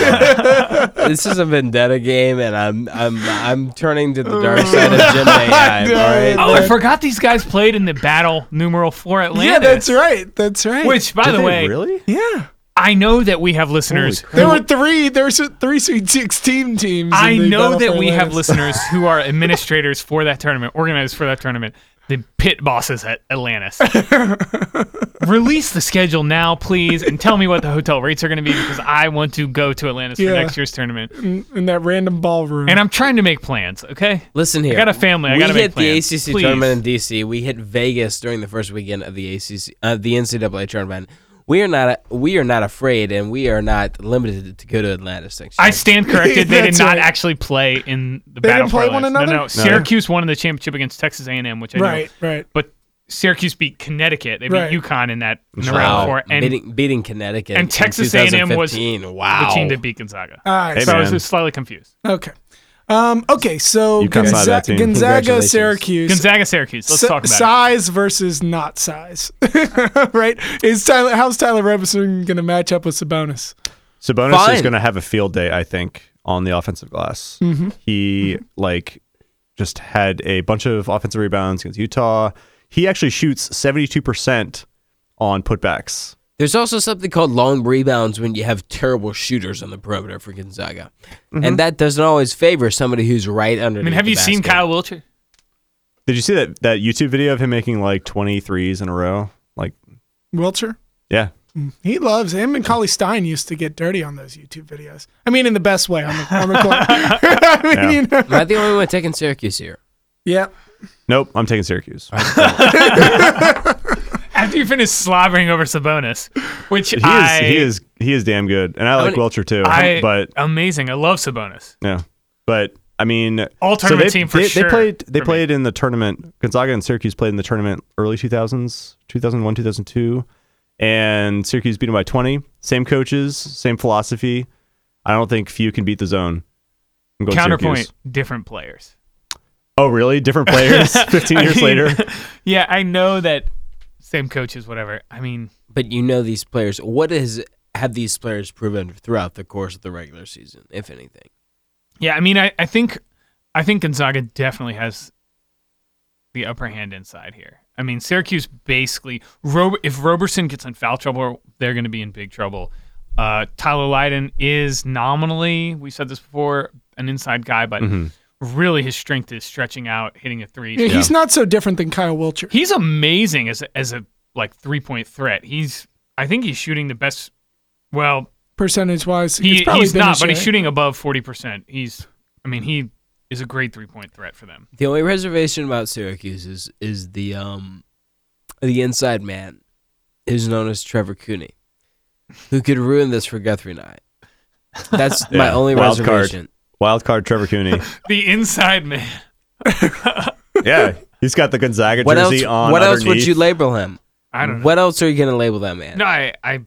this is a vendetta game, and I'm I'm I'm turning to the dark side of Jim Mayheim. All right. Oh, I forgot these guys played in the battle numeral for Atlantis. yeah, that's right. That's right. Which, by Did the they way, really? yeah, I know that we have listeners. Holy who- there were three. There's three Sweet Sixteen teams. in I the know Battle that for we have Atlantis. listeners who are administrators for that tournament, organizers for that tournament, the pit bosses at Atlantis. Release the schedule now, please, and tell me what the hotel rates are going to be because I want to go to Atlantis Yeah. Mm. for next year's tournament. in, in that random ballroom. And I'm trying to make plans, okay? Listen here. I got a family. I we gotta make hit plans. the ACC Please. tournament in DC. We hit Vegas during the first weekend of the ACC, uh, the NCAA tournament. We are not we are not afraid, and we are not limited to go to Atlantis next year. I stand corrected. They did That's not right. actually play in the They battle didn't play for one Atlantis. No, another? no, Syracuse won in the championship against Texas A&M, which I know. right, right. But Syracuse beat Connecticut. They beat Right. UConn in that in the round Wow. four, and beating, beating Connecticut and in Texas A&M was 2015. wow. the team that beat Gonzaga. All right. Hey, so I was man. just slightly confused. Okay. Um, okay. So You cut by Gonza- that team. Gonzaga, Congratulations. Syracuse. Gonzaga, Syracuse. Let's Si- talk about size versus not size, right? Is Tyler how's Tyler Robinson going to match up with Sabonis? Sabonis Fine. is going to have a field day, I think, on the offensive glass. He like just had a bunch of offensive rebounds against Utah. He actually shoots seventy two percent on putbacks. There's also something called long rebounds when you have terrible shooters on the perimeter for Gonzaga, and that doesn't always favor somebody who's right under. it. Mm-hmm. I mean, have you seen Kyle Wilcher? Did you see that that YouTube video of him making like twenty threes in a row? Like, Wilcher. yeah, He loves him and Collie Stein used to get dirty on those YouTube videos. I mean, in the best way. On the, on the court. I mean, Yeah. you know. Am I the only one taking Syracuse here? yeah. nope, I'm taking Syracuse. After you finish slobbering over Sabonis, which He is I he is he is damn good, and I like many- Welcher too. I but amazing. I love Sabonis. Yeah, but I mean, All tournament they, team for they, sure They played. They for me. played in the tournament. Gonzaga and Syracuse played in the tournament early 2000s, 2001, 2002, and Syracuse beat them by 20. Same coaches, same philosophy. I don't think few can beat the zone. I'm going Counterpoint: Syracuse. different players. Oh, really? Different players. 15 I years mean, later. yeah, I know that same coaches, whatever. I mean, But you know these players. What has have these players proven throughout the course of the regular season, if anything? yeah, I mean, I, I think, I think Gonzaga definitely has the upper hand inside here. I mean, Syracuse basically, Ro- if Roberson gets in foul trouble, they're going to be in big trouble. Uh, Tyler Lydon is nominally, we said this before, an inside guy, but really his strength is stretching out, hitting a three. Yeah, He's not so different than Kyle Wilcher. He's amazing as a, as a like three point threat. He's, I think he's shooting the best. Well, Percentage wise, He- he's probably he's been not, this but year. he's shooting above forty percent. He's, I mean, he is a great three point threat for them. The only reservation about Syracuse is is the um the inside man who's known as Trevor Cooney, who could ruin this for Guthrie Knight. That's my Yeah, only wild card. reservation. Wild card Trevor Cooney. The inside man. yeah, he's got the Gonzaga What jersey else? on. What else would underneath. you label him? I don't know. What else are you gonna label that man? No, I, I'm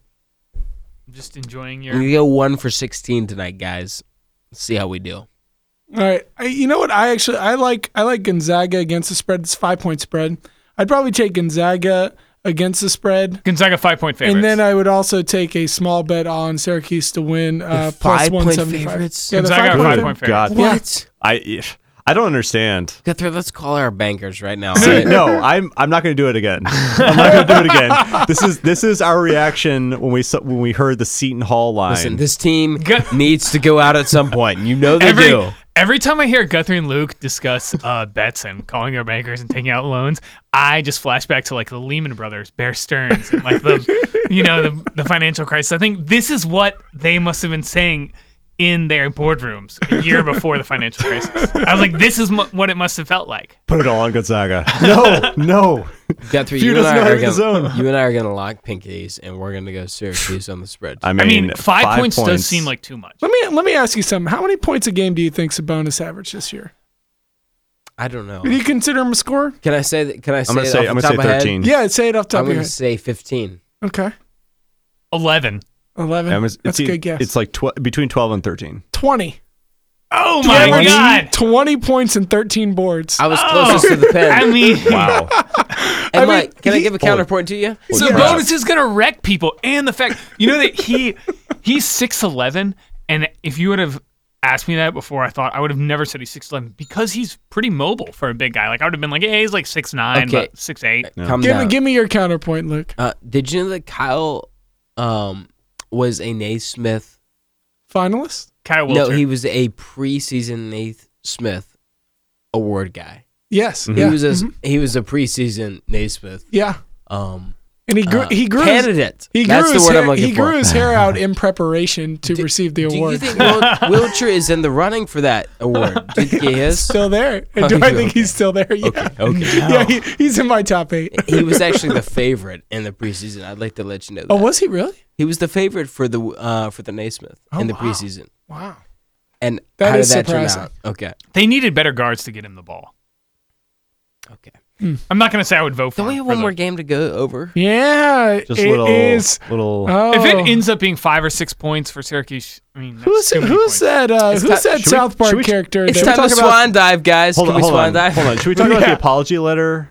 just enjoying your. We go one for sixteen tonight, guys. Let's see how we do. All right. I, you know what? I actually I like I like Gonzaga against the spread. It's five point spread. I'd probably take Gonzaga against the spread. Gonzaga five point favorites. And then I would also take a small bet on Syracuse to win uh, plus five-point 175. favorites? Yeah, the Gonzaga five-point are Good five-point favorites. favorite. Oh God, What? I I don't understand. Guthrie, let's call our bankers right now. See, right? no, I'm I'm not going to do it again. I'm not going to do it again. This is this is our reaction when we saw, when we heard the Seton Hall line. Listen, this team Gu- needs to go out at some point. You know they every do. every time I hear Guthrie and Luke discuss uh, bets and calling their bankers and taking out loans, I just flash back to like the Lehman Brothers, Bear Stearns, and, like the you know the, the financial crisis. I think this is what they must have been saying in their boardrooms a year before the financial crisis. I was like, this is mu what it must have felt like. Put it all on Gonzaga. No, no. Guthrie, Few you and, does I not are hit the gonna, zone. you and I are going to lock pinkies, and we're going to go Syracuse on the spread. I I mean, mean, five, points, does seem like too much. Let me let me ask you something. How many points a game do you think Sabonis averaged this year? I don't know. Do you consider him a scorer? Can I say? that? Can I say? I'm going it to off say the I'm going to top say of my head? 13. Yeah, say it off the top I'm of your going to head. say 15. Okay, Eleven. eleven. I'm gonna- That's a it's, e, good guess. It's like tw- between 12 and 13. twenty. Oh He my averaged god! twenty points and thirteen boards. I was closest to the pen. I mean, and Wow. Oh! I mean, like, can I he- give a counterpoint to you? So Yeah. bonus is gonna wreck people, and the fact you know that he he's six eleven, and if you would have asked me that before, I thought I would have never said he's six eleven because he's pretty mobile for a big guy. Like I would have been like, yeah, he's like six nine, Okay. but six eight. Calm give me down. give me your counterpoint, Luke. uh, did you know that Kyle um, was a Naismith? Finalist. Kyle Wilcher. No, he was a preseason Naismith award guy. Yes. Mm-hmm. He Yeah. Mm-hmm. was a he was a preseason Naismith yeah. um, And he grew. uh, he grew. His, candidate. he grew That's his the word hair, I'm looking He for. grew his hair out in preparation to Do- receive the Do award. you think Wil- Wilcher is in the running for that award? Did you get his? still there? Oh, Do I you- think he's still there? Yeah. Okay. Yeah. He, he's in my top eight. He was actually the favorite in the preseason. I'd like to let you know that. Oh, was he really? He was the favorite for the uh, for the Naismith Oh, in the wow. preseason. Wow. And That how did is that turn surprising. out? Okay. they needed better guards to get him the ball. Okay. I'm not going to say I would vote for. Don't we him have for one the- more game to go over? Yeah, it Just little is- little. Oh. If it ends up being five or six points for Syracuse, I mean, that's who's too many who points. said uh, It's who ti- said should we- South Park should we- character? It's that- time to talk about- swan dive, guys. Hold Can on, we hold swan on, dive? hold on. Should we talk about Yeah. the apology letter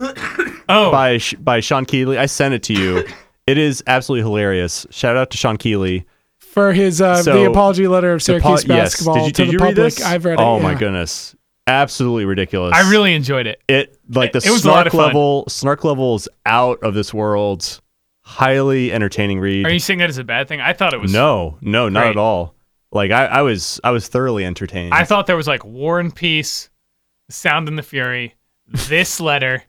Oh, by Sh- by Sean Keeley? I sent it to you. It is absolutely hilarious. Shout out to Sean Keeley. for his uh, So, the apology letter of The po- Syracuse basketball yes. Did you, to did the you public. read this? I've read it. oh my yeah. goodness, absolutely ridiculous. I really enjoyed it. it like the It was a lot snark of fun. level. Snark level is out of this world. Highly entertaining read. Are you saying that is a bad thing? I thought it was. no, no, not Great. at all. Like I, I was, I was thoroughly entertained. I thought there was like War and Peace, Sound and the Fury, this letter,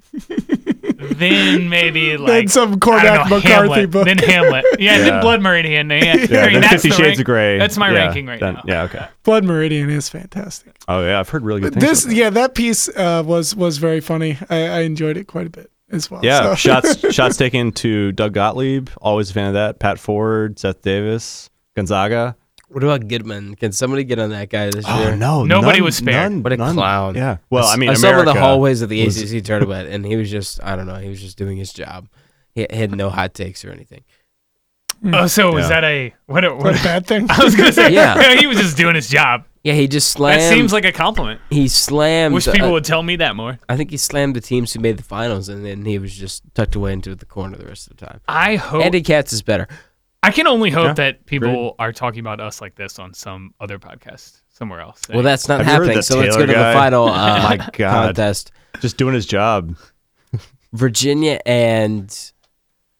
then maybe like Then some I don't Cormac know, McCarthy Hamlet, book. Then Hamlet, yeah, and Yeah. then Blood Meridian. Yeah, yeah, I mean, then that's Fifty the Shades rank- of Grey. That's my Yeah, ranking right then- now. Yeah, okay. Blood Meridian is fantastic. Oh yeah, I've heard really good things. This, about it. yeah, that piece uh, was was very funny. I, I enjoyed it quite a bit as well. Yeah, so. shots shots taken to Doug Gottlieb. Always a fan of that. Pat Ford, Seth Davis, Gonzaga. What about Goodman? Can somebody get on that guy this Oh, year? Oh, no, Nobody was spared. What a clown. Yeah. Well, I mean, I saw him in the America hallways uh, of the was- ACC tournament, and he was just, I don't know, he was just doing his job. He he had no hot takes or anything. Oh, so was Yeah. that a what? A, What what a bad thing. I was gonna say, Yeah. yeah, he was just doing his job. Yeah, he just slammed. That seems like a compliment. he slammed. Wish uh, people would tell me that more. I think he slammed the teams who made the finals, and then he was just tucked away into the corner the rest of the time. I hope. Andy Katz is better. I can only hope Yeah, that people are talking about us like this on some other podcast somewhere else. Well, that's not Have you heard happening. the So let's go Taylor to the guy? final uh, My God. contest. just doing his job. Virginia and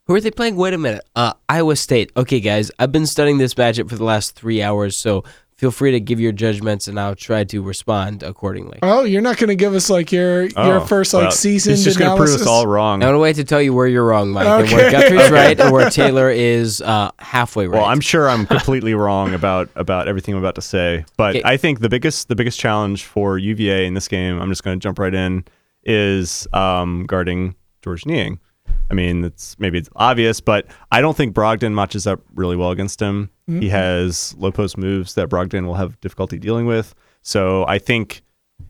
who are they playing? Wait a minute. Uh, Iowa State. Okay, guys, I've been studying this matchup for the last three hours, so feel free to give your judgments, and I'll try to respond accordingly. Oh, you're not going to give us like your your Oh, first like well, seasoned He's just gonna analysis. prove us all wrong. I'm gonna wait to tell you where you're wrong, Mike, and where Okay. Guthrie's right, or where Taylor is uh, halfway right. Well, I'm sure I'm completely wrong about about everything I'm about to say, but Okay. I think the biggest the biggest challenge for UVA in this game, I'm just going to jump right in, is um, guarding George Niang. I mean, it's maybe it's obvious, but I don't think Brogdon matches up really well against him. He has low post moves that Brogdon will have difficulty dealing with. So I think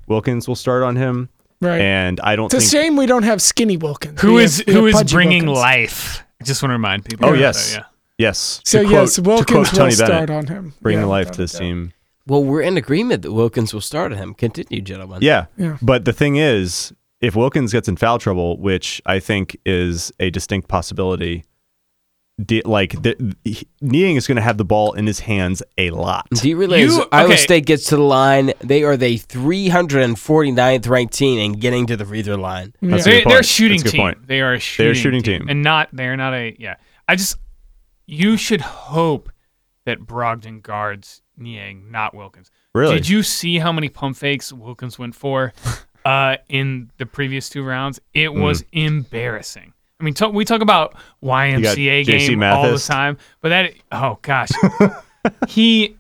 Wilkins will start on him, Right. and I don't it's a think shame we don't have skinny Wilkins. who We is have- we who have is pudgy bringing Wilkins. life. I just want to remind people. Oh about yes, that, yes. So To quote- yes, to quote Wilkins will Tony Bennett, start on him. bringing Yeah, life without to a this doubt. team. well, we're in agreement that Wilkins will start him. Continue, gentlemen. Yeah. Yeah. But the thing is, if Wilkins gets in foul trouble, which I think is a distinct possibility, di- like the, he- Niang is going to have the ball in his hands a lot. Do you realize You- Iowa okay. State gets to the line? They are the 349th ranked team and getting to the free throw line. That's yeah. a They, good point. they're a shooting That's a good team. point. They are a shooting. shooting team. and not they are not a yeah. I just you should hope that Brogdon guards Niang, not Wilkins. Really? Did you see how many pump fakes Wilkins went for uh, in the previous two rounds? It Hmm. was embarrassing. I mean, talk, we talk about YMCA JC game all the Mathis. time, but that oh gosh, he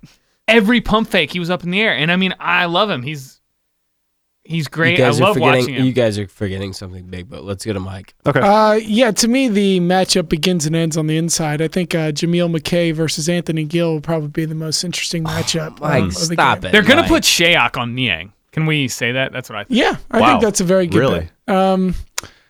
every pump fake he was up in the air, and I mean, I love him. He's he's You great. I guys are love watching forgetting. him. You guys are forgetting something big, but let's get a mic. Okay. Uh, yeah, to me, the matchup begins and ends on the inside. I think uh, Jameel McKay versus Anthony Gill will probably be the most interesting matchup. um, Mike, of the stop game. it. They're gonna Mike. put Shayok on Niang. Can we say that? That's what I think. Yeah, I Wow. think that's a very good Really? bet. Um,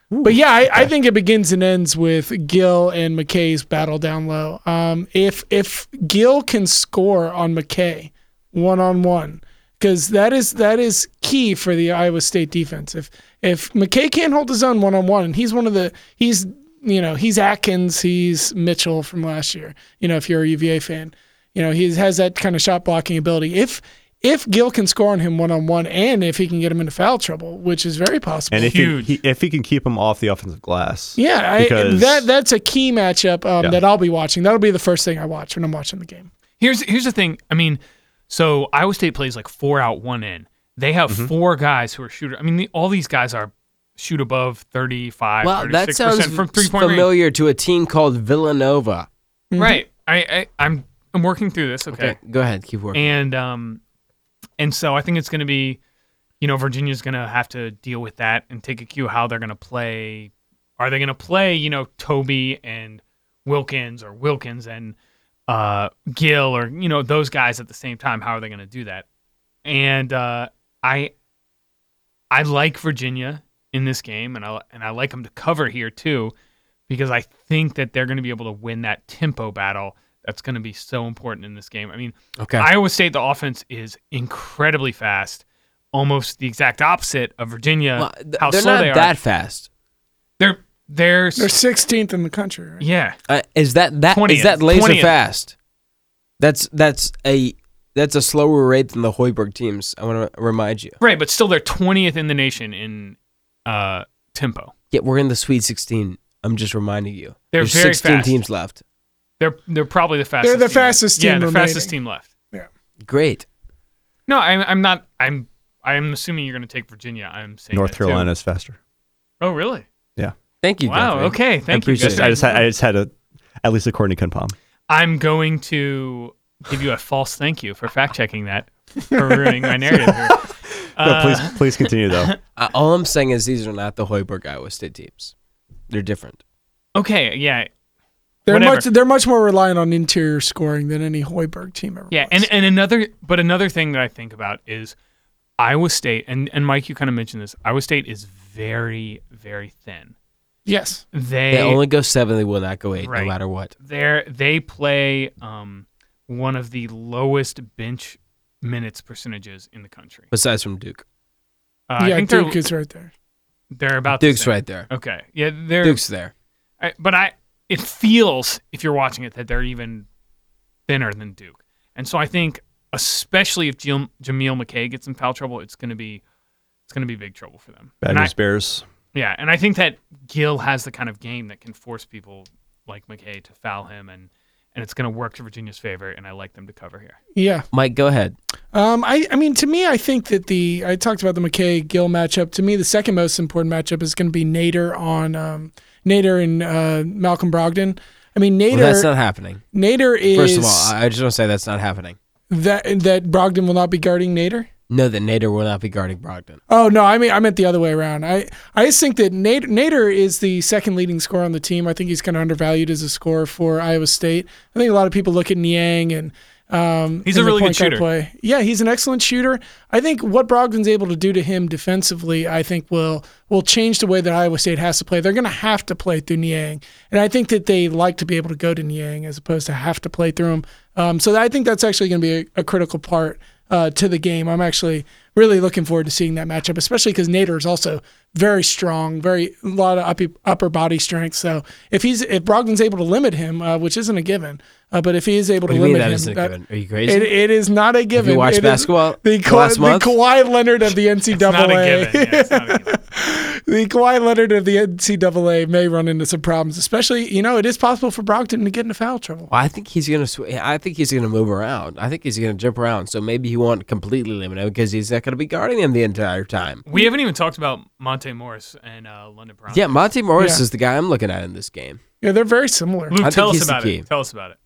but yeah, I, I think it begins and ends with Gill and McKay's battle down low. Um, if if Gill can score on McKay one on one, because that is that is key for the Iowa State defense. If if McKay can't hold his own one on one, and he's one of the he's you know he's Atkins, he's Mitchell from last year. You know, if you're a UVA fan, you know he has that kind of shot blocking ability. If if Gill can score on him one on one, and if he can get him into foul trouble, which is very possible, and if he, Huge. he if he can keep him off the offensive glass, yeah, I, Because- that that's a key matchup um, Yeah. that I'll be watching. That'll be the first thing I watch when I'm watching the game. Here's here's the thing. I mean, so Iowa State plays like four out, one in. They have four guys who are shooter. I mean, the, all these guys are shoot above 35, Wow, that 36% sounds from three point range. familiar to a team called Villanova. Right. I, I I'm I'm working through this. Okay. go ahead, keep working. And um, and so I think it's going to be, you know, Virginia's going to have to deal with that and take a cue how they're going to play. Are they going to play, you know, Toby and Wilkins or Wilkins and uh, Gill or you know those guys at the same time? How are they going to do that? And uh, I, I like Virginia in this game, and I and I like them to cover here too, because I think that they're going to be able to win that tempo battle. That's going to be so important in this game. I mean, Okay. Iowa State the offense is incredibly fast, almost the exact opposite of Virginia. Well, th- how they're slow not they are. that fast. They're they're, s- They're 16th in the country. Right? yeah. Uh, is that that is 20th, that laser 20th. fast? That's that's a that's a slower rate than the Hoiberg teams. I want to remind you. Right, but still they're twentieth in the nation in uh, tempo. Yeah, we're in the Sweet 16. I'm just reminding you. They're There's very 16 fast. teams left. They're they're probably the fastest. They're the team. fastest Yeah, team the fastest remaining. team left. Great. No, I'm I'm not. I'm I'm assuming you're going to take Virginia. I'm saying North that, too. Carolina is faster. Oh, really? Thank you. Wow. Guthrie. Okay. Thank you. appreciate guys. it. I just had, I just had a at least according to Ken Palm. I'm going to give you a false thank you for fact checking that for ruining my narrative here. No, please please continue though. Uh, all I'm saying is these are not the Hoiberg Iowa State teams. They're different. Okay. Yeah. They're Whatever. much they're much more reliant on interior scoring than any Hoiberg team ever. Yeah, was. and, and another but another thing that I think about is Iowa State and, and Mike, you kind of mentioned this. Iowa State is very very thin. yes, They They only go seven. They will not go eight, Right. no matter what. they they play um, one of the lowest bench minutes percentages in the country. Besides from Duke, Uh, I yeah, think Duke they're, is right there. they're about the Duke's same. right there. Okay, yeah, they're Duke's there. I, but I it feels if you're watching it that they're even thinner than Duke, and so I think especially if Jam- Jameel McKay gets in foul trouble, it's going to be it's going to be big trouble for them. Bad And I- news bears. yeah, and I think that Gill has the kind of game that can force people like McKay to foul him, and and it's going to work to Virginia's favor, and I like them to cover here. Yeah, Mike, go ahead. um, I I mean to me, I think that the I talked about the McKay Gill matchup. To me, the second most important matchup is going to be Nader on um, Nader and uh, Malcolm Brogdon. I mean, Nader Well, that's not happening. Nader is First of all, I I just want to say that's not happening. that that Brogdon will not be guarding Nader. No, that Nader will not be guarding Brogdon. Oh no, I mean I meant the other way around. I I just think that Nader, Nader is the second leading scorer on the team. I think he's kind of undervalued as a scorer for Iowa State. I think a lot of people look at Niang and um, He's a and the really good point guard shooter. Play. Yeah, he's an excellent shooter. I think what Brogdon's able to do to him defensively, I think will will change the way that Iowa State has to play. They're going to have to play through Niang, and I think that they like to be able to go to Niang as opposed to have to play through him. Um, so I think that's actually going to be a, a critical part uh, to the game. I'm actually really looking forward to seeing that matchup, especially because Nader is also very strong, very a lot of upper, upper body strength. So if he's if Brogdon's able to limit him, uh, which isn't a given, uh, but if he is able What do to you mean limit that him, isn't a that- given? Are you crazy? it, it is not a given. watched It is basketball the, last Ka- month? the Kawhi Leonard of the NCAA. It's not a given. Yeah, it's not a given. the Kawhi Leonard of the NCAA may run into some problems, especially you know it is possible for Brogdon to get into foul trouble. Well, I think he's gonna. Sw- I think he's gonna move around. I think he's gonna jump around. So maybe he won't completely limit him because he's not gonna be guarding him the entire time. We haven't even talked about Monte Morris and uh, London Brown. Yeah, Monte Morris Yeah. is the guy I'm looking at in this game. Yeah, they're very similar. I Luke, think tell us he's the about key. it. Tell us about it.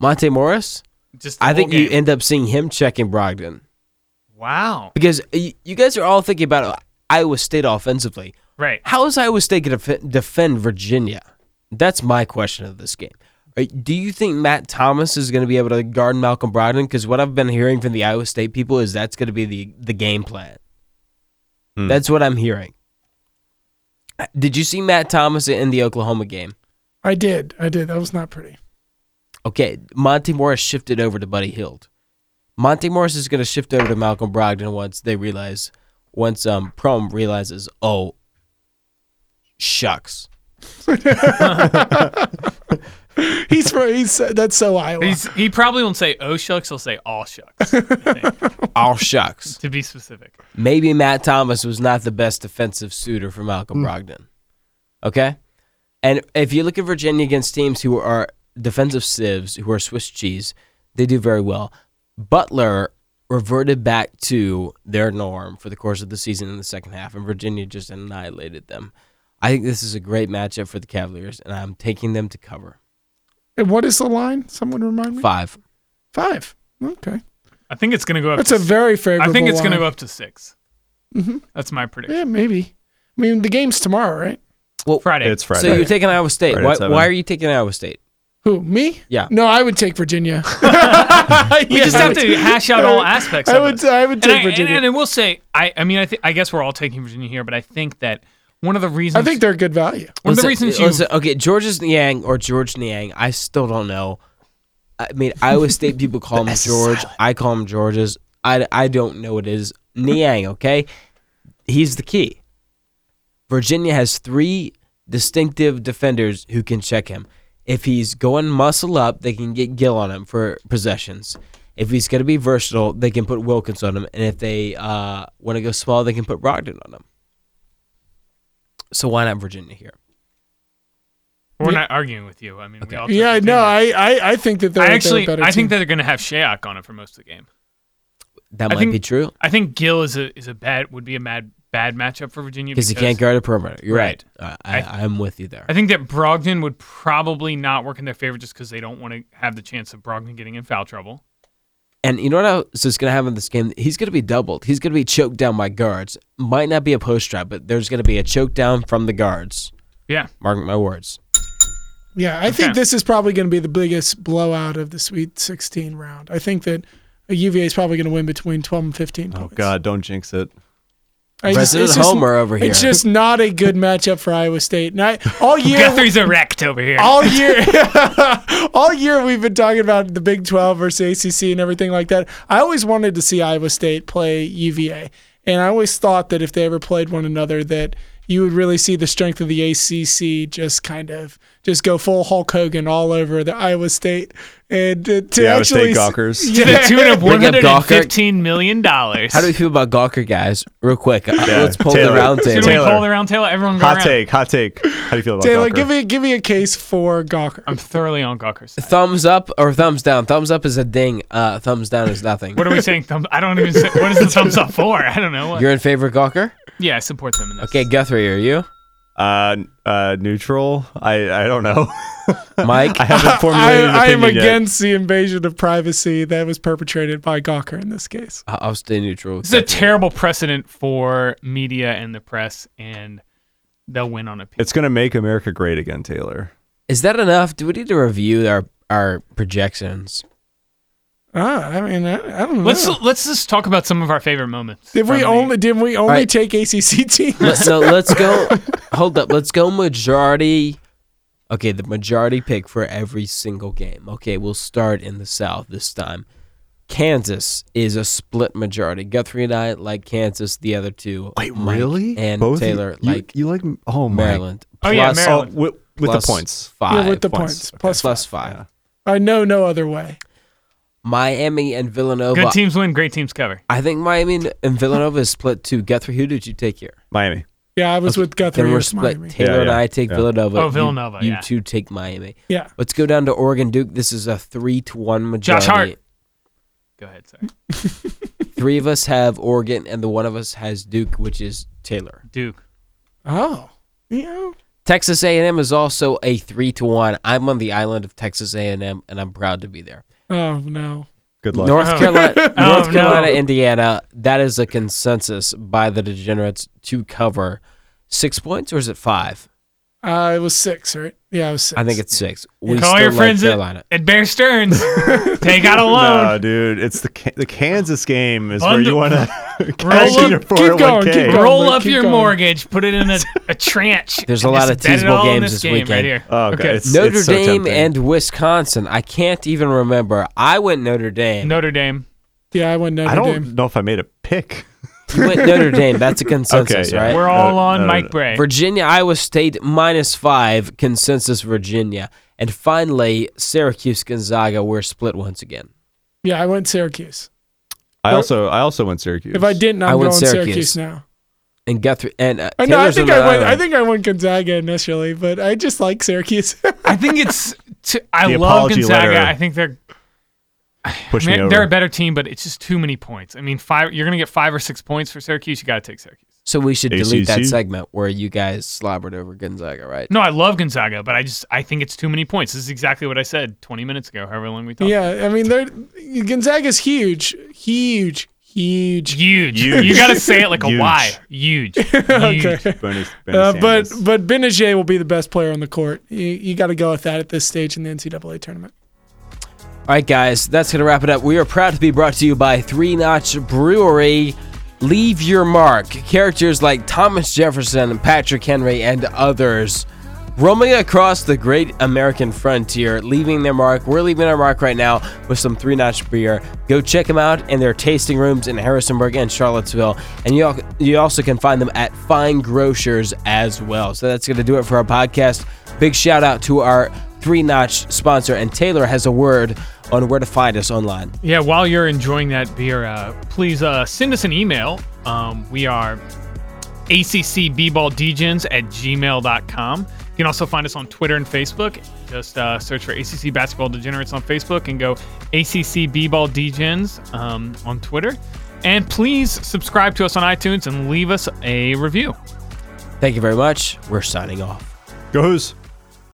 Monte Morris. Just the I whole think you game. end up seeing him checking Brogdon wow. because y- you guys are all thinking about "Oh, Iowa State offensively. Right. How is Iowa State going to defend Virginia? That's my question of this game. Uh, Do you think Matt Thomas is going to be able to guard Malcolm Brogdon? Because what I've been hearing from the Iowa State people is that's going to be the, the game plan. Hmm. That's what I'm hearing. Uh, Did you see Matt Thomas in the Oklahoma game? I did, I did. That was not pretty. Okay, Monty Morris shifted over to Buddy Hield. Monty Morris is going to shift over to Malcolm Brogdon once they realize, once um Prom realizes, oh, shucks. He's fro- he's uh, that's so Iowa. He's, he probably won't say oh shucks. He'll say all shucks. I think, Oh, shucks. to be specific. Maybe Matt Thomas was not the best defensive suitor for Mm. Malcolm Brogdon. Okay? And if you look at Virginia against teams who are defensive sieves, who are Swiss cheese, they do very well. Butler reverted back to their norm for the course of the season in the second half, and Virginia just annihilated them. I think this is a great matchup for the Cavaliers, and I'm taking them to cover. and what is the line? Someone remind me. Five. Five. Okay, I think it's going to go up. that's to a very favorable. I think it's going to line. Mm-hmm. go up to 6 That's my prediction. Yeah, maybe. I mean, the game's tomorrow, right? Well, Friday. It's Friday. So you're taking Iowa State. Friday at Why, seven. why are you taking Iowa State? Who? Me? Yeah. No, I would take Virginia. we just have to hash out all aspects. I of would. it. I would and take I, and, Virginia. and I will say, I, I mean, I, th- I guess we're all taking Virginia here, but I think that one of the reasons I think they're good value. one of Was the it- reasons you was it- okay, George's Niang or George Niang, I still don't know. I mean, Iowa State people call him George. I call him George's. I, I don't know what it is. Niang, okay? He's the key. Virginia has three distinctive defenders who can check him. If he's going muscle up, they can get Gill on him for possessions. If he's going to be versatile, they can put Wilkins on him. And if they uh, want to go small, they can put Brogdon on him. So why not Virginia here? we're not arguing with you. I mean, we all Yeah, took the no, team. I, I, I think that they're, I they're a actually better I think team. that they're going to have Shayok on it for most of the game. That I might think- be true I think Gill is a is a bad would be a mad bad matchup for Virginia because he can't guard a perimeter. You're right. Uh, Right. I, I, I'm with you there. I think that Brogdon would probably not work in their favor just because they don't want to have the chance of Brogdon getting in foul trouble. And you know what else is going to happen in this game? He's going to be doubled. He's going to be choked down by guards. Might not be a post trap, but there's going to be a choke down from the guards. Yeah, Mark my words. Yeah, I think Okay. this is probably going to be the biggest blowout of the Sweet 16 round. I think that UVA is probably going to win between 12 and 15 Oh points. God, don't jinx it. I President just- Homer over here. It's just not a good matchup for Iowa State. And I, all year, Guthrie's erect over here. all year, all year we've been talking about the Big 12 versus ACC and everything like that. I always wanted to see Iowa State play UVA, and I always thought that if they ever played one another, that you would really see the strength of the ACC just kind of just go full Hulk Hogan all over the Iowa State and to, to The Iowa actually State s- Gawkers. to the tune of one Bring up hundred and Gawker. fifteen million dollars. How do we feel about Gawker, guys? Real quick, Uh, let's pull Taylor. the round Should table. we Taylor. call the round table? Everyone go Hot around. take, hot take. How do you feel about Taylor, Gawker? give me give me a case for Gawker. I'm thoroughly on Gawker's side. Thumbs up or thumbs down? Thumbs up is a ding. Uh, thumbs down is nothing. What are we saying? Thumbs? I don't even. Say, what is the thumbs up for? I don't know. What? You're in favor of Gawker? Yeah, I support them in this. Okay, Guthrie, are you? uh, uh, neutral. I I don't know. Mike? I haven't formulated an I, I am opinion yet. against the invasion of privacy that was perpetrated by Gawker in this case. I- I'll stay neutral. This is a terrible precedent for media and the press, and they'll win on appeal. It's gonna make America great again, Taylor. Is that enough? Do we need to review our, our projections? Ah, I mean, I, I don't know. Let's let's just talk about some of our favorite moments. Did we from the- only did we only right. take ACC teams? Let- so let's go. Hold up. Let's go majority. Okay, the majority pick for every single game. Okay, we'll start in the South this time. Kansas is a split majority. Guthrie and I like Kansas. The other two, Mike and Both of you- Taylor you, like you like oh my. Maryland. Uh, Oh, yeah, Plus- Oh, Maryland. with, with the plus points. five. Yeah, with the points, points. Okay. plus, Plus five. I know no other way. Miami and Villanova. Good teams win, great teams cover. I think Miami and Villanova is split too. Guthrie, who did you take here? Miami. Yeah, I was with Guthrie. Then we're versus split. Miami. Taylor Yeah, and yeah, I take yeah. Villanova. Oh, You- Villanova, You, yeah. two take Miami. Yeah, Let's go down to Oregon Duke. This is a three to one majority. Josh Hart. Go ahead, sorry. Three of us have Oregon, and the one of us has Duke, which is Taylor. Duke. oh, yeah, Texas A&M is also a three to one. I'm on the island of Texas A&M, and I'm proud to be there. oh no. Good luck. North Oh. Carolina, Oh, North no. Carolina, Indiana. That is a consensus by the degenerates to cover six points, or is it five? Uh, it was six, right? Yeah, it was six. I think it's six. We Call still your like friends at, Carolina. at Bear Stearns. Take out a loan. No, dude, it's the Ka- the Kansas game is where Bund- you want to Roll up- your keep going, 401k. keep going. Roll Luke, up keep your going. mortgage, put it in a, a tranche. There's a and lot just of bet it Teasball all in games this this game weekend. Right here. Oh, God, Okay. it's- Notre it's so Dame tempting. and Wisconsin. I can't even remember. I went Notre Dame. Notre Dame. Yeah, I went Notre I don't Dame. know if I made a pick. You went Notre Dame. That's a consensus, Okay, yeah. right? We're all No, on no, no, Mike no. Bray. Virginia, Iowa State minus five, consensus Virginia. And finally, Syracuse, Gonzaga, we're split once again. Yeah, I went Syracuse. I also I also went Syracuse. If I didn't, I I'm went going Syracuse. Syracuse. now. And Guthrie and uh, I know. I Taylor's think on I the went. I island. think I went Gonzaga initially, but I just like Syracuse. I think it's. T- I The love apology Gonzaga. letter. I think they're push me man, over. they're a better team, but it's just too many points. I mean, five. You're gonna get five or six points for Syracuse. You gotta take Syracuse. so. We should delete that ACC? segment where you guys slobbered over Gonzaga, right? No, I love Gonzaga, but I just I think it's too many points. This is exactly what I said 20 minutes ago. However long we talked. yeah, I mean, they're Gonzaga's huge, huge, huge. Huge. Huge. You gotta say it like a Huge. Y. Huge. Huge. Bonus- Uh, bonus but Sanders. but Benajay will be the best player on the court. You, you got to go with that at this stage in the NCAA tournament. All right, guys, that's going to wrap it up. We are proud to be brought to you by Three Notch Brewery. leave your mark. Characters like Thomas Jefferson, Patrick Henry, and others roaming across the great American frontier, leaving their mark. We're leaving our mark right now with some three notch beer. Go check them out in their tasting rooms in Harrisonburg and Charlottesville. And you, al- you also can find them at Fine Grocers as well. So that's going to do it for our podcast. Big shout out to our three notch sponsor. And Taylor has a word on where to find us online. Yeah, while you're enjoying that beer, uh, please uh, send us an email. Um, we are accbballdegens at gmail.com. You can also find us on Twitter and Facebook. Just uh, search for ACC Basketball Degenerates on Facebook and go ACC bballdegens um, on Twitter. And please subscribe to us on iTunes and leave us a review. Thank you very much. We're signing off. Goes.